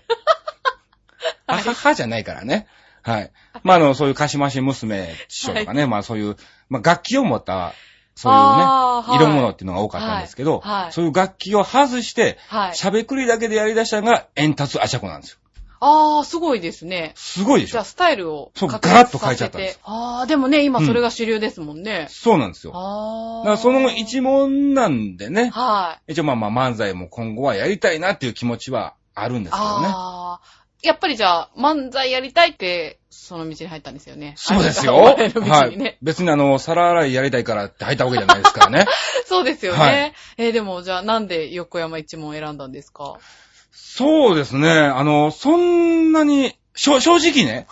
[SPEAKER 2] あははじゃないからね。はい。まあ、あの、そういうかしまし娘師匠とかね、まあそういう、まあ楽器を持った、そう
[SPEAKER 1] あー
[SPEAKER 2] いうね、
[SPEAKER 1] はい
[SPEAKER 2] 色物っていうのが多かったんですけど、
[SPEAKER 1] はいはい
[SPEAKER 2] そういう楽器を外して、
[SPEAKER 1] はい。
[SPEAKER 2] しゃべくりだけでやり出したのが、円達あしゃこなんですよ。
[SPEAKER 1] あー、すごいですね。
[SPEAKER 2] すごいでし
[SPEAKER 1] じゃ
[SPEAKER 2] ょ
[SPEAKER 1] あ、。スタイルを。
[SPEAKER 2] そう
[SPEAKER 1] 確立
[SPEAKER 2] ガラッと変えちゃったんです
[SPEAKER 1] させてあー、でもね、今それが主流ですもんね。
[SPEAKER 2] そうなんですよ。
[SPEAKER 1] あー。
[SPEAKER 2] だからその一問なんでね、
[SPEAKER 1] はい。
[SPEAKER 2] 一応まあまあ漫才も今後はやりたいなっていう気持ちはあるんですけどね。
[SPEAKER 1] あー。やっぱりじゃあ、漫才やりたいって、その道に入ったんですよね。
[SPEAKER 2] そうですよ。
[SPEAKER 1] あなたが我々の
[SPEAKER 2] は
[SPEAKER 1] 道にね
[SPEAKER 2] い。別にあの、皿洗いやりたいからって入ったわけじゃないですから
[SPEAKER 1] [laughs]
[SPEAKER 2] ね。
[SPEAKER 1] そうですよね。
[SPEAKER 2] はい
[SPEAKER 1] えーでも、じゃあ、なんで横山一門を選んだんですか
[SPEAKER 2] そうですね。あの、そんなに、しょ正直ね。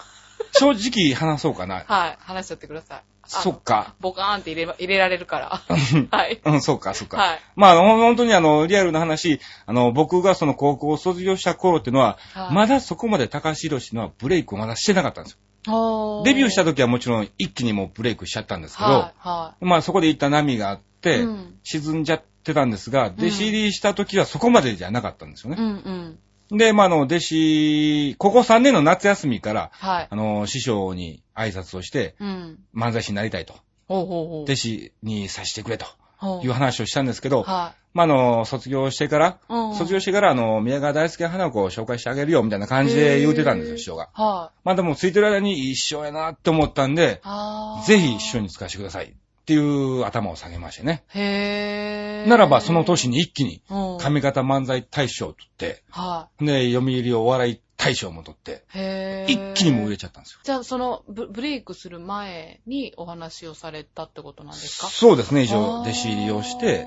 [SPEAKER 2] 正直話そうか
[SPEAKER 1] [laughs]
[SPEAKER 2] な。
[SPEAKER 1] はい。話しちゃってください。あの
[SPEAKER 2] そっ。か。
[SPEAKER 1] ボカーンって入れば入れられるから。 [laughs] はい。
[SPEAKER 2] うん、そうか、そうか。
[SPEAKER 1] はい。
[SPEAKER 2] まあ、あの、本当にあの、リアルな話、あの、僕がその高校を卒業した頃っていうのは、
[SPEAKER 1] はい
[SPEAKER 2] まだそこまで高橋宏のはブレイクをまだしてなかったんですよ。デビューした
[SPEAKER 1] で
[SPEAKER 2] 時はもちろん一気にもうブレイクしちゃったんですけど、
[SPEAKER 1] はい。は
[SPEAKER 2] まあそこで行った波があっ
[SPEAKER 1] い。
[SPEAKER 2] て、
[SPEAKER 1] うん。
[SPEAKER 2] 沈んじゃってたんですが、弟子入りした時はそこまでじゃなかったんですよ
[SPEAKER 1] う
[SPEAKER 2] ね。
[SPEAKER 1] んうん。
[SPEAKER 2] で、まああの、弟子、ここ3年の夏休みから、
[SPEAKER 1] はい
[SPEAKER 2] あ。の、師匠に挨拶をして、
[SPEAKER 1] うん。
[SPEAKER 2] 漫才師になりたいと、
[SPEAKER 1] ほうほうほう。
[SPEAKER 2] 弟子にさせてくれと
[SPEAKER 1] ほう
[SPEAKER 2] いう話をしたんですけど、
[SPEAKER 1] は
[SPEAKER 2] まああの、卒業してから、
[SPEAKER 1] い。うん
[SPEAKER 2] 卒業してから、あの、宮川大輔花子を紹介してあげるよ、みたいな感じで言うてたんですよ、師匠が。
[SPEAKER 1] は
[SPEAKER 2] まあでも、ついてる間に一緒やなって思ったんで
[SPEAKER 1] い。、あー
[SPEAKER 2] ぜひ師匠に使わせてください。っていう頭を下げましてね。
[SPEAKER 1] へー。
[SPEAKER 2] ならば、その年に一気に、
[SPEAKER 1] うん、
[SPEAKER 2] 上方漫才大賞を取って、
[SPEAKER 1] は
[SPEAKER 2] で、読売お笑い大賞も取って、
[SPEAKER 1] い。へ
[SPEAKER 2] 一
[SPEAKER 1] ー。
[SPEAKER 2] 気にもう売れちゃったんですよ。
[SPEAKER 1] じゃあ、そのブ、ブレイクする前にお話をされたってことなんですか
[SPEAKER 2] そうですね、以上、弟子入りをして、、で、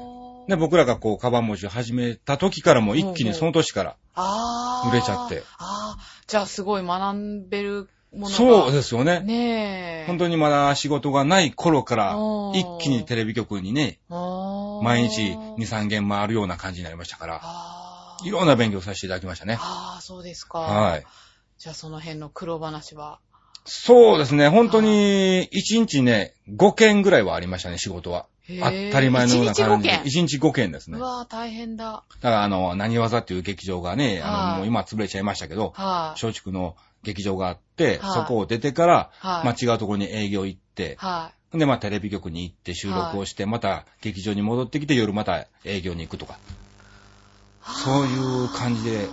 [SPEAKER 1] で
[SPEAKER 2] 僕らがこう、カバン持ちを始めた時からもう一気にその年から
[SPEAKER 1] あー
[SPEAKER 2] 売れちゃって。
[SPEAKER 1] あーじゃあ、すごい学べるものが。
[SPEAKER 2] そうですよね。
[SPEAKER 1] ねえ。
[SPEAKER 2] 本
[SPEAKER 1] 当
[SPEAKER 2] 当にまだ仕事がない頃から
[SPEAKER 1] お、ー
[SPEAKER 2] 一気にテレビ局にね、毎日2、3件回るような感じになりましたから、
[SPEAKER 1] あー
[SPEAKER 2] いろんな勉強させていただきましたね。
[SPEAKER 1] あー、そうですか。
[SPEAKER 2] はい。
[SPEAKER 1] じゃあ、その辺の苦労話は。
[SPEAKER 2] そうですね、本当に1日ね、5件ぐらいはありましたね、仕事は。
[SPEAKER 1] へ
[SPEAKER 2] 当
[SPEAKER 1] ー
[SPEAKER 2] たり前のような感じで。
[SPEAKER 1] 一日5件。
[SPEAKER 2] 1日5件ですね。
[SPEAKER 1] う
[SPEAKER 2] だか
[SPEAKER 1] わー、大変だ。
[SPEAKER 2] ら、あの、何技っていう劇場がね、あ
[SPEAKER 1] はい
[SPEAKER 2] の、もう今潰れちゃいましたけど、
[SPEAKER 1] はい。
[SPEAKER 2] 松竹の劇場があって、
[SPEAKER 1] はい
[SPEAKER 2] そこを出てから、
[SPEAKER 1] はい。
[SPEAKER 2] まあ、違うところに営業行って、
[SPEAKER 1] はい。
[SPEAKER 2] で、まあ、テレビ局に行って収録をして、また劇場に戻ってきて、夜また営業に行くとか、そういう感じで、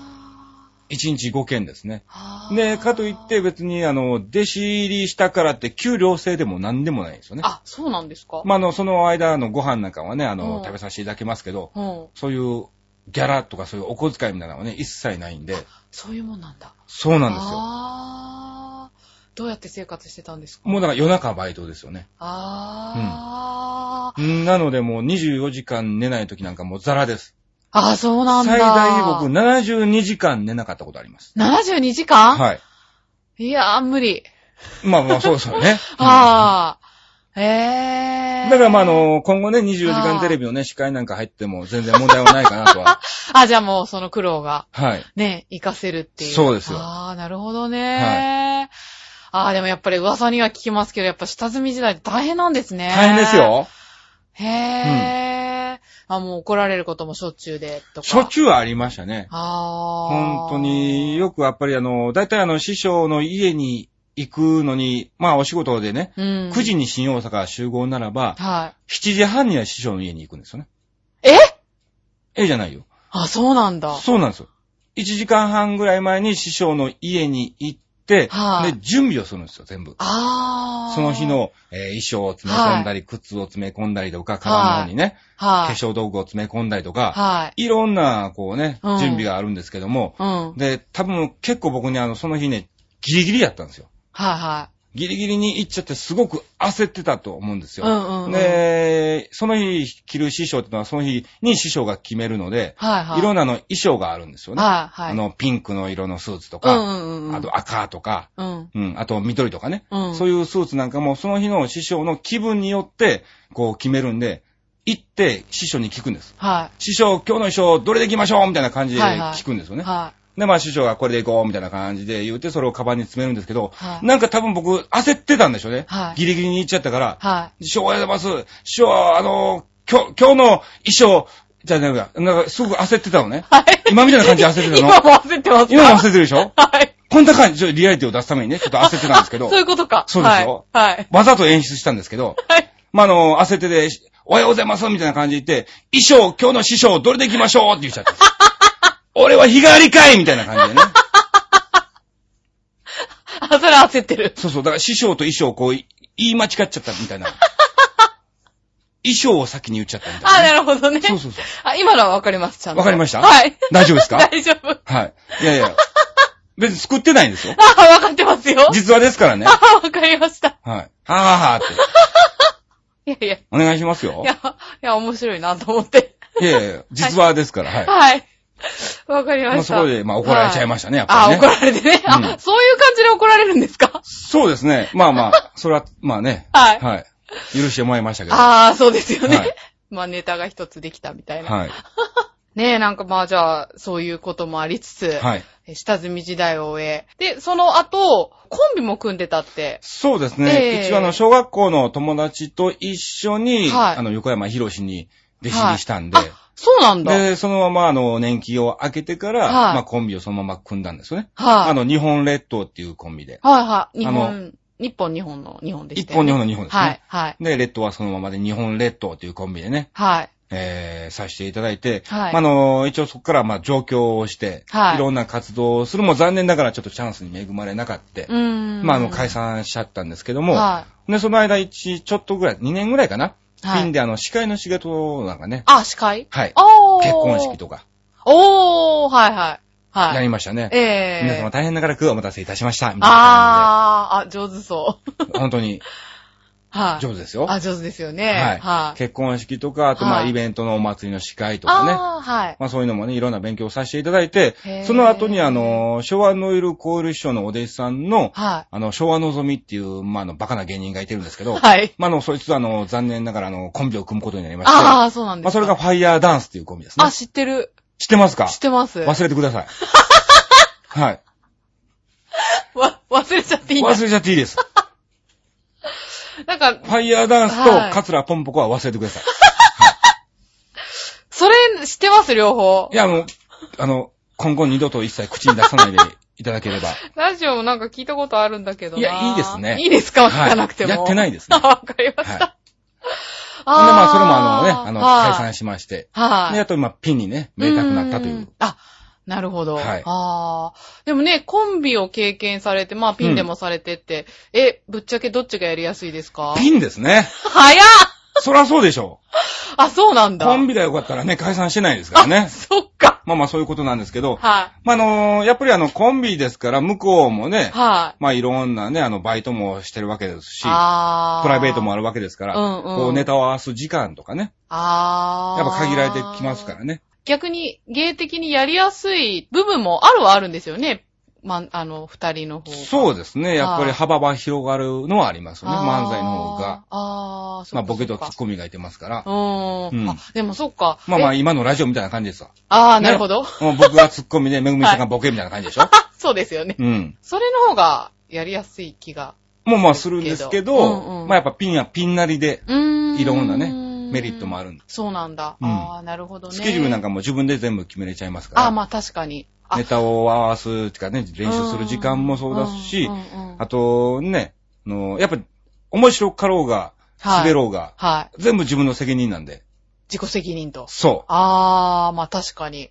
[SPEAKER 2] 1日5件ですね。
[SPEAKER 1] あー
[SPEAKER 2] で、かといって別に、あの、弟子入りしたからって、給料制でも何でもないんですよね。
[SPEAKER 1] あ、そうなんですか
[SPEAKER 2] まあ、あの、その間のご飯なんかはね、あ
[SPEAKER 1] う
[SPEAKER 2] の
[SPEAKER 1] ん、
[SPEAKER 2] 食べさせていただきますけど、
[SPEAKER 1] うん。
[SPEAKER 2] そういうギャラとかそういうお小遣いみたいなのはね、一切ないんで、
[SPEAKER 1] そういうもんなんだ。
[SPEAKER 2] そうなんですよ。
[SPEAKER 1] あーどうやって生活してたんですか
[SPEAKER 2] もうだから夜中バイトですよね。
[SPEAKER 1] あー。
[SPEAKER 2] なのでもう24時間寝ない時なんかもうザラです。
[SPEAKER 1] あー、そうなんだ。
[SPEAKER 2] 最大僕72時間寝なかったことあります。
[SPEAKER 1] 72時間、
[SPEAKER 2] はい。
[SPEAKER 1] い、やー、無理。。
[SPEAKER 2] まあまあそうですよね
[SPEAKER 1] [laughs] あー。えー。
[SPEAKER 2] だからまああ、の、今後ね、24時間テレビのね、司会なんか入っても全然問題はないかなと
[SPEAKER 1] [laughs]
[SPEAKER 2] は。
[SPEAKER 1] あ、じゃあもうその苦労が
[SPEAKER 2] はい。
[SPEAKER 1] ね、活かせるっていう。
[SPEAKER 2] そうですよ
[SPEAKER 1] あー、なるほどね。あー、でもやっぱり噂には聞きますけど、やっぱ下積み時代って大変なんですね。
[SPEAKER 2] 大変です。よ。
[SPEAKER 1] へぇー。あ、もう怒られることもしょっちゅうで、とか。
[SPEAKER 2] しょっ
[SPEAKER 1] ゅう
[SPEAKER 2] ちゅうはありましたね。
[SPEAKER 1] あー。
[SPEAKER 2] 本当に、よくやっぱりあの、大体あの、師匠の家に行くのに、まあお仕事でね、
[SPEAKER 1] うん。
[SPEAKER 2] 9時に新大阪集合ならば、
[SPEAKER 1] は
[SPEAKER 2] 7時半には師匠の家に行くんですよね。
[SPEAKER 1] い。え
[SPEAKER 2] ええじゃないよ。
[SPEAKER 1] あ、そうなんだ。
[SPEAKER 2] そうなんですよ。1時間半ぐらい前に師匠の家に行って、
[SPEAKER 1] はい
[SPEAKER 2] で、準備をするんですよ、全部。
[SPEAKER 1] あー。
[SPEAKER 2] その日、の、えー衣装を詰め込んだり、靴を詰め込んだりとか、カバンの方にね、
[SPEAKER 1] は
[SPEAKER 2] 化
[SPEAKER 1] い。。
[SPEAKER 2] 粧道具を詰め込んだりとか、
[SPEAKER 1] はい。
[SPEAKER 2] いろんな、こうね、
[SPEAKER 1] うん
[SPEAKER 2] 準備があるんですけども、
[SPEAKER 1] うん。はい
[SPEAKER 2] で、多分結構僕ね、あの、その日ね、ギリギリやったんですよ。
[SPEAKER 1] は
[SPEAKER 2] ギリギリに行っちゃってすごく焦ってたと思うんです
[SPEAKER 1] い。
[SPEAKER 2] よ。
[SPEAKER 1] うんうんうん。
[SPEAKER 2] で、その日着る師匠ってのはその日に師匠が決めるので、
[SPEAKER 1] はいはい。
[SPEAKER 2] いろん
[SPEAKER 1] な
[SPEAKER 2] なあの衣装があるんですよね。
[SPEAKER 1] はいはい。
[SPEAKER 2] あ、の、ピンクの色のスーツと
[SPEAKER 1] うん
[SPEAKER 2] か、
[SPEAKER 1] うんうん。
[SPEAKER 2] あ、と赤とか、
[SPEAKER 1] うん。
[SPEAKER 2] うん、あと緑とかね、
[SPEAKER 1] うん。
[SPEAKER 2] そういうスーツなんかも、その日の師匠の気分によって、こう決めるんで、行って師匠に聞くんです。
[SPEAKER 1] は
[SPEAKER 2] 師匠、今日の衣装、どれで行きましょうみたいな感じで
[SPEAKER 1] はいはい
[SPEAKER 2] 聞くんですよ
[SPEAKER 1] い。
[SPEAKER 2] ね。
[SPEAKER 1] は
[SPEAKER 2] で、まあ師匠がこれで行こうみたいな感じで言って、それをカバンに詰めるんですけど、
[SPEAKER 1] はい
[SPEAKER 2] なんか多分僕、焦ってたんでしょうね。
[SPEAKER 1] はい
[SPEAKER 2] ギリギリに行っちゃったから
[SPEAKER 1] い。、は
[SPEAKER 2] 師匠、おはようございます。師匠、あの、今日、今日の衣装、じゃあ、なんか、なんかすごく焦ってたのね。
[SPEAKER 1] はい。
[SPEAKER 2] 今みたいな感じで焦ってたの
[SPEAKER 1] 今も焦ってますか
[SPEAKER 2] 今も焦ってるでしょ
[SPEAKER 1] はい。
[SPEAKER 2] こんな感じ、ちょっとリアリティを出すためにね、ちょっと焦ってたんですけど
[SPEAKER 1] あそう、いうことか。
[SPEAKER 2] そうでしょ
[SPEAKER 1] はい。はい。
[SPEAKER 2] わざと演出したんですけど、
[SPEAKER 1] はい
[SPEAKER 2] まあ、あの、焦ってて、おはようございますみたいな感じで言って、衣装、今日の師匠、どれで行きましょうって言っちゃった。俺は日替わりかいみたいな感じでね。
[SPEAKER 1] あ、それ焦って
[SPEAKER 2] [laughs]
[SPEAKER 1] る。
[SPEAKER 2] そうそう、だから師匠と衣装をこう、い言い間違っちゃったみた
[SPEAKER 1] [laughs]
[SPEAKER 2] いな。衣装を先に言っちゃったみたい
[SPEAKER 1] あ、
[SPEAKER 2] なね。
[SPEAKER 1] なるほどね。
[SPEAKER 2] そうそうそう。
[SPEAKER 1] あ、今のはわかります、ちゃんと。
[SPEAKER 2] わかりました
[SPEAKER 1] はい。
[SPEAKER 2] 大丈夫ですか
[SPEAKER 1] [laughs] 大丈夫。
[SPEAKER 2] はい。いやいや、別に作ってないんですよ。
[SPEAKER 1] あ、わかってますよ。
[SPEAKER 2] 実話ですからね。はい。
[SPEAKER 1] [laughs] あ、わかりました。
[SPEAKER 2] はあはあって。
[SPEAKER 1] いやいや、い
[SPEAKER 2] お願いしますよ。
[SPEAKER 1] や、いや、面白いなと思って。
[SPEAKER 2] いやいや、実話ですから、はい。
[SPEAKER 1] はい。わかりま
[SPEAKER 2] まあ、
[SPEAKER 1] し
[SPEAKER 2] そ
[SPEAKER 1] た。
[SPEAKER 2] こで、まあ、怒られちゃいま
[SPEAKER 1] し
[SPEAKER 2] したね、やっぱ
[SPEAKER 1] あ、
[SPEAKER 2] りね。
[SPEAKER 1] 怒られてね。
[SPEAKER 2] う
[SPEAKER 1] あ、
[SPEAKER 2] ん
[SPEAKER 1] そういう感じで怒られるんですか
[SPEAKER 2] そうですね。まあまあ、それは、まあね。
[SPEAKER 1] はい
[SPEAKER 2] はい。許してもらいましたけど。は
[SPEAKER 1] ああ、そうですよ
[SPEAKER 2] はい
[SPEAKER 1] ね。まあ、ネタが一つできたみたい
[SPEAKER 2] い。
[SPEAKER 1] な。
[SPEAKER 2] はい。
[SPEAKER 1] ねえ、なんかまあ、じゃあ、そういうこともありつつ、え下積み時代を終え、で、その後、コンビも組んでたって。
[SPEAKER 2] そうですね。
[SPEAKER 1] ええ
[SPEAKER 2] 一応あの、小学校の友達と一緒に、
[SPEAKER 1] はい
[SPEAKER 2] あの、横山博士に弟子
[SPEAKER 1] は
[SPEAKER 2] 入
[SPEAKER 1] い
[SPEAKER 2] りしたんで、
[SPEAKER 1] あ、そうなんだ。はい。
[SPEAKER 2] で、そのままあの、年季を明けてから、
[SPEAKER 1] はい
[SPEAKER 2] まあコンビをそのまま組んだんですよね。あ
[SPEAKER 1] はい
[SPEAKER 2] の、日本列島っていうコンビで。
[SPEAKER 1] はい。日
[SPEAKER 2] あ
[SPEAKER 1] 本、日本日本の日本でし
[SPEAKER 2] 一
[SPEAKER 1] たよ
[SPEAKER 2] 本
[SPEAKER 1] ね
[SPEAKER 2] 日本の日本ですね。
[SPEAKER 1] はい、はい、
[SPEAKER 2] で、列島はそのままで日本列島っていうコンビでね、
[SPEAKER 1] はい、
[SPEAKER 2] えー、させていただいて、
[SPEAKER 1] はい
[SPEAKER 2] まああの、一応そこからまあ上京をして、
[SPEAKER 1] はい
[SPEAKER 2] ろんな活動をするも残念ながらちょっとチャンスに恵まれなかった。
[SPEAKER 1] うーん。
[SPEAKER 2] まあ、あの、解散しちゃったんですけども、
[SPEAKER 1] は
[SPEAKER 2] で、その間一、ちょっとぐらい、2年ぐらいかな、
[SPEAKER 1] い。はい
[SPEAKER 2] ピンであの、司会の仕事なんかね、
[SPEAKER 1] あ、司会
[SPEAKER 2] はい、
[SPEAKER 1] ああ。
[SPEAKER 2] 結婚式とか、
[SPEAKER 1] か。おー、はい、はい。はい。
[SPEAKER 2] やりましたね。
[SPEAKER 1] ええ
[SPEAKER 2] 皆様大変ながらくお待たせいたしました、みたいな
[SPEAKER 1] あー、あ、上手そう。 [laughs]
[SPEAKER 2] 感じで、本当に
[SPEAKER 1] はい。
[SPEAKER 2] 上手ですよ。
[SPEAKER 1] あ、上手ですよね。
[SPEAKER 2] は
[SPEAKER 1] はいい。
[SPEAKER 2] 結婚式とか、あとまあ、
[SPEAKER 1] はい
[SPEAKER 2] イベントのお祭りの司会とかね、
[SPEAKER 1] あー、はい。
[SPEAKER 2] まあそういうのもね、いろんな勉強をさせていただいて
[SPEAKER 1] へ、ー
[SPEAKER 2] その後にあの、昭和ノイルコール師匠のお弟子さんの、
[SPEAKER 1] は
[SPEAKER 2] あの、昭和のぞみっていう、まああの、バカな芸人がいてるんです
[SPEAKER 1] [laughs]
[SPEAKER 2] け
[SPEAKER 1] い。
[SPEAKER 2] ど、
[SPEAKER 1] はい。
[SPEAKER 2] まあ、あの、そいつは、あの、残念ながら、あの、コンビを組むことになりまして、
[SPEAKER 1] あー、そうなんです
[SPEAKER 2] ま
[SPEAKER 1] か
[SPEAKER 2] あ、それが、ファイヤーダンスっていうコンビですね
[SPEAKER 1] あ、。知ってる。
[SPEAKER 2] 知ってますか
[SPEAKER 1] 知ってます。
[SPEAKER 2] 忘れて
[SPEAKER 1] [laughs]
[SPEAKER 2] ください。はい。
[SPEAKER 1] わ、忘れちゃっていいんだ
[SPEAKER 2] 忘れちゃっていいです。
[SPEAKER 1] なんか、
[SPEAKER 2] ファイヤーダンス
[SPEAKER 1] はい
[SPEAKER 2] と、カツラポンポコは忘れてください。
[SPEAKER 1] それ知ってます、両方
[SPEAKER 2] い、。や、もう、あの、今後二度と一切口に出さないでいただけ
[SPEAKER 1] [laughs]
[SPEAKER 2] れば。
[SPEAKER 1] ラジオもなんか聞いたことあるんだけどな。
[SPEAKER 2] いやいいですね
[SPEAKER 1] いいですか
[SPEAKER 2] はい
[SPEAKER 1] 聞かなくても。
[SPEAKER 2] やってないですね
[SPEAKER 1] [laughs] わかりま
[SPEAKER 2] は
[SPEAKER 1] し
[SPEAKER 2] い。
[SPEAKER 1] た。
[SPEAKER 2] ほんで、まあ、
[SPEAKER 1] ー
[SPEAKER 2] それもあのね、あの、解散しまして。
[SPEAKER 1] はい。
[SPEAKER 2] で、あと、まあ、ピンにね、明確になったとい
[SPEAKER 1] ん
[SPEAKER 2] う。。
[SPEAKER 1] あ、なるほど。
[SPEAKER 2] はい
[SPEAKER 1] ああ。でもね、コンビを経験されて、まあピンでもされてって、え、ぶっちゃけどっちがやりやすいですか
[SPEAKER 2] ピンですね。
[SPEAKER 1] 早っ
[SPEAKER 2] そらそうでしょ
[SPEAKER 1] あ、そうなん
[SPEAKER 2] う。
[SPEAKER 1] [laughs] だ。
[SPEAKER 2] コンビがよかったらね、解散してないですからね。
[SPEAKER 1] そっか。
[SPEAKER 2] まあまあ、そういうことなんですけど、
[SPEAKER 1] は
[SPEAKER 2] まあ、あのーやっぱりあの、コンビですから、向こうもね
[SPEAKER 1] い。、はい。
[SPEAKER 2] まあ、いろんなね、あの、バイトもしてるわけですし、プ
[SPEAKER 1] ああ。
[SPEAKER 2] ライベートもあ
[SPEAKER 1] る。
[SPEAKER 2] るわけですから、
[SPEAKER 1] うんうん
[SPEAKER 2] こう、ネタを合わす時間とかね、
[SPEAKER 1] ああ。
[SPEAKER 2] やっぱ限られてきますから。ね。
[SPEAKER 1] 逆に、芸的にやりやすい部分もあるはあるんですよね。ま、あの、二人の方が。
[SPEAKER 2] そうですね、やっぱ
[SPEAKER 1] は
[SPEAKER 2] り
[SPEAKER 1] い
[SPEAKER 2] 幅が広がるのはありますよね、
[SPEAKER 1] あー
[SPEAKER 2] 漫才の方が。。
[SPEAKER 1] ああ、そ
[SPEAKER 2] ま
[SPEAKER 1] っ
[SPEAKER 2] あ、
[SPEAKER 1] か
[SPEAKER 2] ボケ
[SPEAKER 1] そ
[SPEAKER 2] と
[SPEAKER 1] っか
[SPEAKER 2] ツッコミがいてますから。
[SPEAKER 1] う
[SPEAKER 2] うん
[SPEAKER 1] ん。あ、でもそっか。
[SPEAKER 2] まあまあ、
[SPEAKER 1] え
[SPEAKER 2] 今のラジオみたいな感じですわ。
[SPEAKER 1] ああ、なるほど。
[SPEAKER 2] もう僕がツッコミで、めぐみさんがボケみたいな感じでしょ、
[SPEAKER 1] [laughs] そうですよね。
[SPEAKER 2] うん。
[SPEAKER 1] それの方がやりやすい気が。
[SPEAKER 2] もうまあするんですけど、
[SPEAKER 1] うんうん
[SPEAKER 2] まあやっぱピンはピンなりで、
[SPEAKER 1] うーん
[SPEAKER 2] いろんなねメリットもあるんで。
[SPEAKER 1] そうなんだ。
[SPEAKER 2] うん
[SPEAKER 1] ああ、なるほどね。
[SPEAKER 2] スケジュールなん
[SPEAKER 1] か。
[SPEAKER 2] かも自分で全部決めれちゃいますから、
[SPEAKER 1] ああ、まあ確かに。あ
[SPEAKER 2] ネタを合わすっていうかね、練習する時間もそうだし、
[SPEAKER 1] んうんうん
[SPEAKER 2] あとね、あのやっぱ面白かろうが、
[SPEAKER 1] はい
[SPEAKER 2] 滑ろうが、
[SPEAKER 1] はい。
[SPEAKER 2] 全部自分の責任なんで、
[SPEAKER 1] 自己責任と。
[SPEAKER 2] そう。
[SPEAKER 1] ああ、まあ確かに。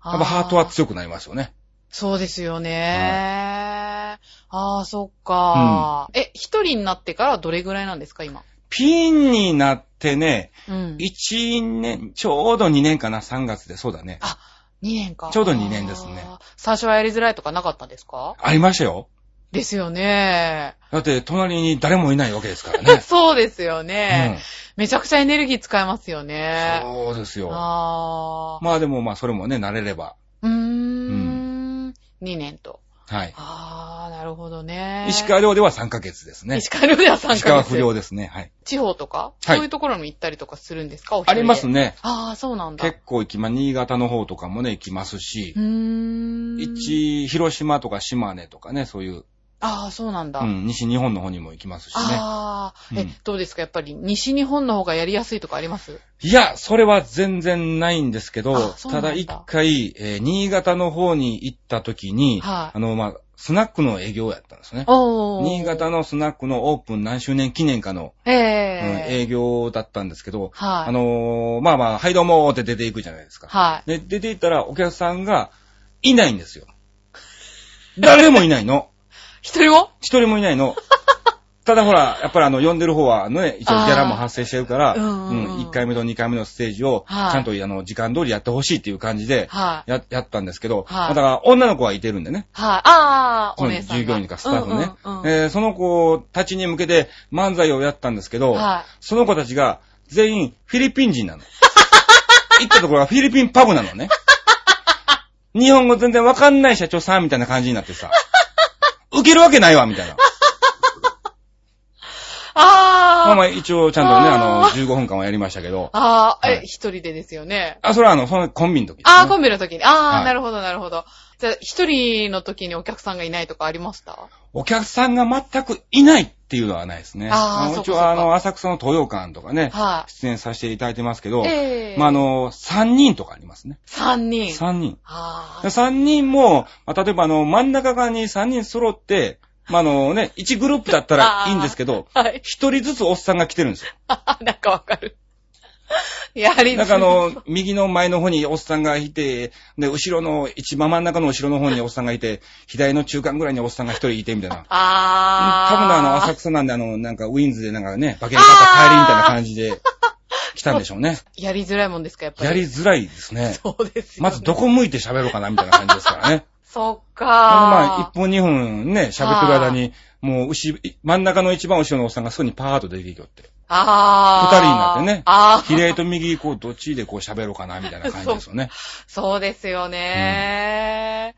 [SPEAKER 1] あー
[SPEAKER 2] やっぱハートは強くなりますよね。
[SPEAKER 1] そうですよね。ああ、そっか。え、一人になってからどれぐらいなんですか、今。
[SPEAKER 2] ピンになってね、
[SPEAKER 1] うん。
[SPEAKER 2] 1年、ちょうど2年かな、3月で、そうだね。
[SPEAKER 1] あ2年か。
[SPEAKER 2] ちょうど二年ですね
[SPEAKER 1] あー。最初はやりづらいとかなかったんですか
[SPEAKER 2] ありましたよ。
[SPEAKER 1] ですよね。
[SPEAKER 2] だって、隣に誰もいないわけですか
[SPEAKER 1] [laughs]
[SPEAKER 2] らね。
[SPEAKER 1] そうですよ
[SPEAKER 2] うん
[SPEAKER 1] ね、めちゃくちゃエネルギー使えますよね。
[SPEAKER 2] そうですよ。
[SPEAKER 1] あー。
[SPEAKER 2] まあでもまあそれもね、慣れれば。
[SPEAKER 1] うーん。2年と。
[SPEAKER 2] はい。
[SPEAKER 1] あー、なるほどね。
[SPEAKER 2] 石川寮では3ヶ月ですね。
[SPEAKER 1] 石川遼では3ヶ月。
[SPEAKER 2] 石川不良ですね。はい。
[SPEAKER 1] 地方とか、
[SPEAKER 2] はい
[SPEAKER 1] そういうところに行ったりとかするんですかお一
[SPEAKER 2] あ
[SPEAKER 1] 人で
[SPEAKER 2] りますね。
[SPEAKER 1] あー、そうなんだ。
[SPEAKER 2] 結構行きま、新潟の方とかもね、行きますし
[SPEAKER 1] う、ーん。
[SPEAKER 2] 一、広島とか島根とかね、そういう
[SPEAKER 1] ああ、そうなんだ。
[SPEAKER 2] うん、西日本の方にも行きますしね。
[SPEAKER 1] ああ、え、
[SPEAKER 2] うん
[SPEAKER 1] どうですかやっぱり西日本の方がやりやすいとかあります
[SPEAKER 2] いや、それは全然ないんですけど、
[SPEAKER 1] あそうな
[SPEAKER 2] た
[SPEAKER 1] んだ
[SPEAKER 2] だ一回、えー新潟の方に行った時に、
[SPEAKER 1] はい
[SPEAKER 2] あの、まあ、スナックの営業やったんですね。
[SPEAKER 1] おー。
[SPEAKER 2] 新潟のスナックのオープン何周年記念かの、
[SPEAKER 1] え
[SPEAKER 2] うん
[SPEAKER 1] え
[SPEAKER 2] 営業だったんですけど、
[SPEAKER 1] はい。
[SPEAKER 2] あのーまあまあ、はいどうもーって出ていくじゃないですか。
[SPEAKER 1] はい。
[SPEAKER 2] で、出て行ったらお客さんがいないんですよ。誰もいないの。 [laughs]
[SPEAKER 1] 一人も
[SPEAKER 2] 一人もいないの。ただほら、やっぱりあの、呼んでる方はね、一応ギャラも発生してるから、
[SPEAKER 1] あーうんうんうん
[SPEAKER 2] 1回目と2回目のステージを、ち
[SPEAKER 1] はい
[SPEAKER 2] ゃんとあの、時間通りやってほしいっていう感じで、
[SPEAKER 1] はい。
[SPEAKER 2] や、やったんですけど、
[SPEAKER 1] はい
[SPEAKER 2] まあだから女の子はいてるんでね。
[SPEAKER 1] はい。ああ、お姉さんが。
[SPEAKER 2] 従業員かスタッフね、
[SPEAKER 1] うんうんうん
[SPEAKER 2] えーその子たちに向けて漫才をやったんですけど、
[SPEAKER 1] は
[SPEAKER 2] その子たちが全員フィリピン
[SPEAKER 1] [laughs]
[SPEAKER 2] 人なの。行ったところがフィリピンパブなのね。日本語全然わかんない社長さんみたいな感じになってさ、受けるわけないわみ
[SPEAKER 1] [laughs]
[SPEAKER 2] たいな。まあ
[SPEAKER 1] あ
[SPEAKER 2] ま
[SPEAKER 1] あ、
[SPEAKER 2] あ一応ちゃんとね、あ
[SPEAKER 1] あ
[SPEAKER 2] の、15分間はやりましたけど、
[SPEAKER 1] ああ、
[SPEAKER 2] は
[SPEAKER 1] え
[SPEAKER 2] い、
[SPEAKER 1] 一人でですよね。
[SPEAKER 2] あ、それはあの、そのコンビの時です、ね。
[SPEAKER 1] ああ、コンビの時に。あ
[SPEAKER 2] は
[SPEAKER 1] あ、
[SPEAKER 2] い
[SPEAKER 1] なるほど、なるほど。じゃあ、一人の時にお客さんがいないとかありました
[SPEAKER 2] お客さんが全くいないっていうのはないですね。
[SPEAKER 1] あー
[SPEAKER 2] の
[SPEAKER 1] そうか
[SPEAKER 2] 一
[SPEAKER 1] そう
[SPEAKER 2] 応
[SPEAKER 1] か
[SPEAKER 2] あの、浅草の東洋館とかね、
[SPEAKER 1] は
[SPEAKER 2] 出演させていただいてますけ
[SPEAKER 1] い。
[SPEAKER 2] ど、
[SPEAKER 1] ええ
[SPEAKER 2] まあ、あ、の、3人とかありますね。
[SPEAKER 1] 三人。
[SPEAKER 2] 3人。
[SPEAKER 1] ああ、
[SPEAKER 2] 3人も、まあ例えばあの、真ん中側に3人揃って、まあ、あのね、1グループだったらいいんですけど、
[SPEAKER 1] はい。 [laughs]
[SPEAKER 2] 1人ずつおっさんが来てるんですよ。
[SPEAKER 1] あなんかわかる。やりづい
[SPEAKER 2] なんかあの、右の前の方におっさんがいて、で、後ろの、一番真ん中の後ろの方におっさんがいて、左の中間ぐらいにおっさんが一人いて、みたいな。
[SPEAKER 1] ああ。
[SPEAKER 2] 多分あの、浅草なんで、あの、なんかウィンズでなんかね、化けの方帰りみたいな感じで来たんでしょうね。
[SPEAKER 1] やりづらいもんですか、やっぱり。
[SPEAKER 2] やりづらいですね。
[SPEAKER 1] そうですよ、ね。
[SPEAKER 2] まずどこ向いて喋ろうかな、みたいな感じですからね。
[SPEAKER 1] そっかー。
[SPEAKER 2] あの、まあ、1分2分ね、喋ってる間に、もう、牛、真ん中の一番後ろのおっさんがすぐにパーッと出てきよって。
[SPEAKER 1] [laughs] あ
[SPEAKER 2] 二人になってね
[SPEAKER 1] あ
[SPEAKER 2] 比
[SPEAKER 1] あ。
[SPEAKER 2] 例と右、こう、どっちでこう喋ろうかな、みたいな感じです
[SPEAKER 1] [laughs]
[SPEAKER 2] よね。
[SPEAKER 1] そうですよね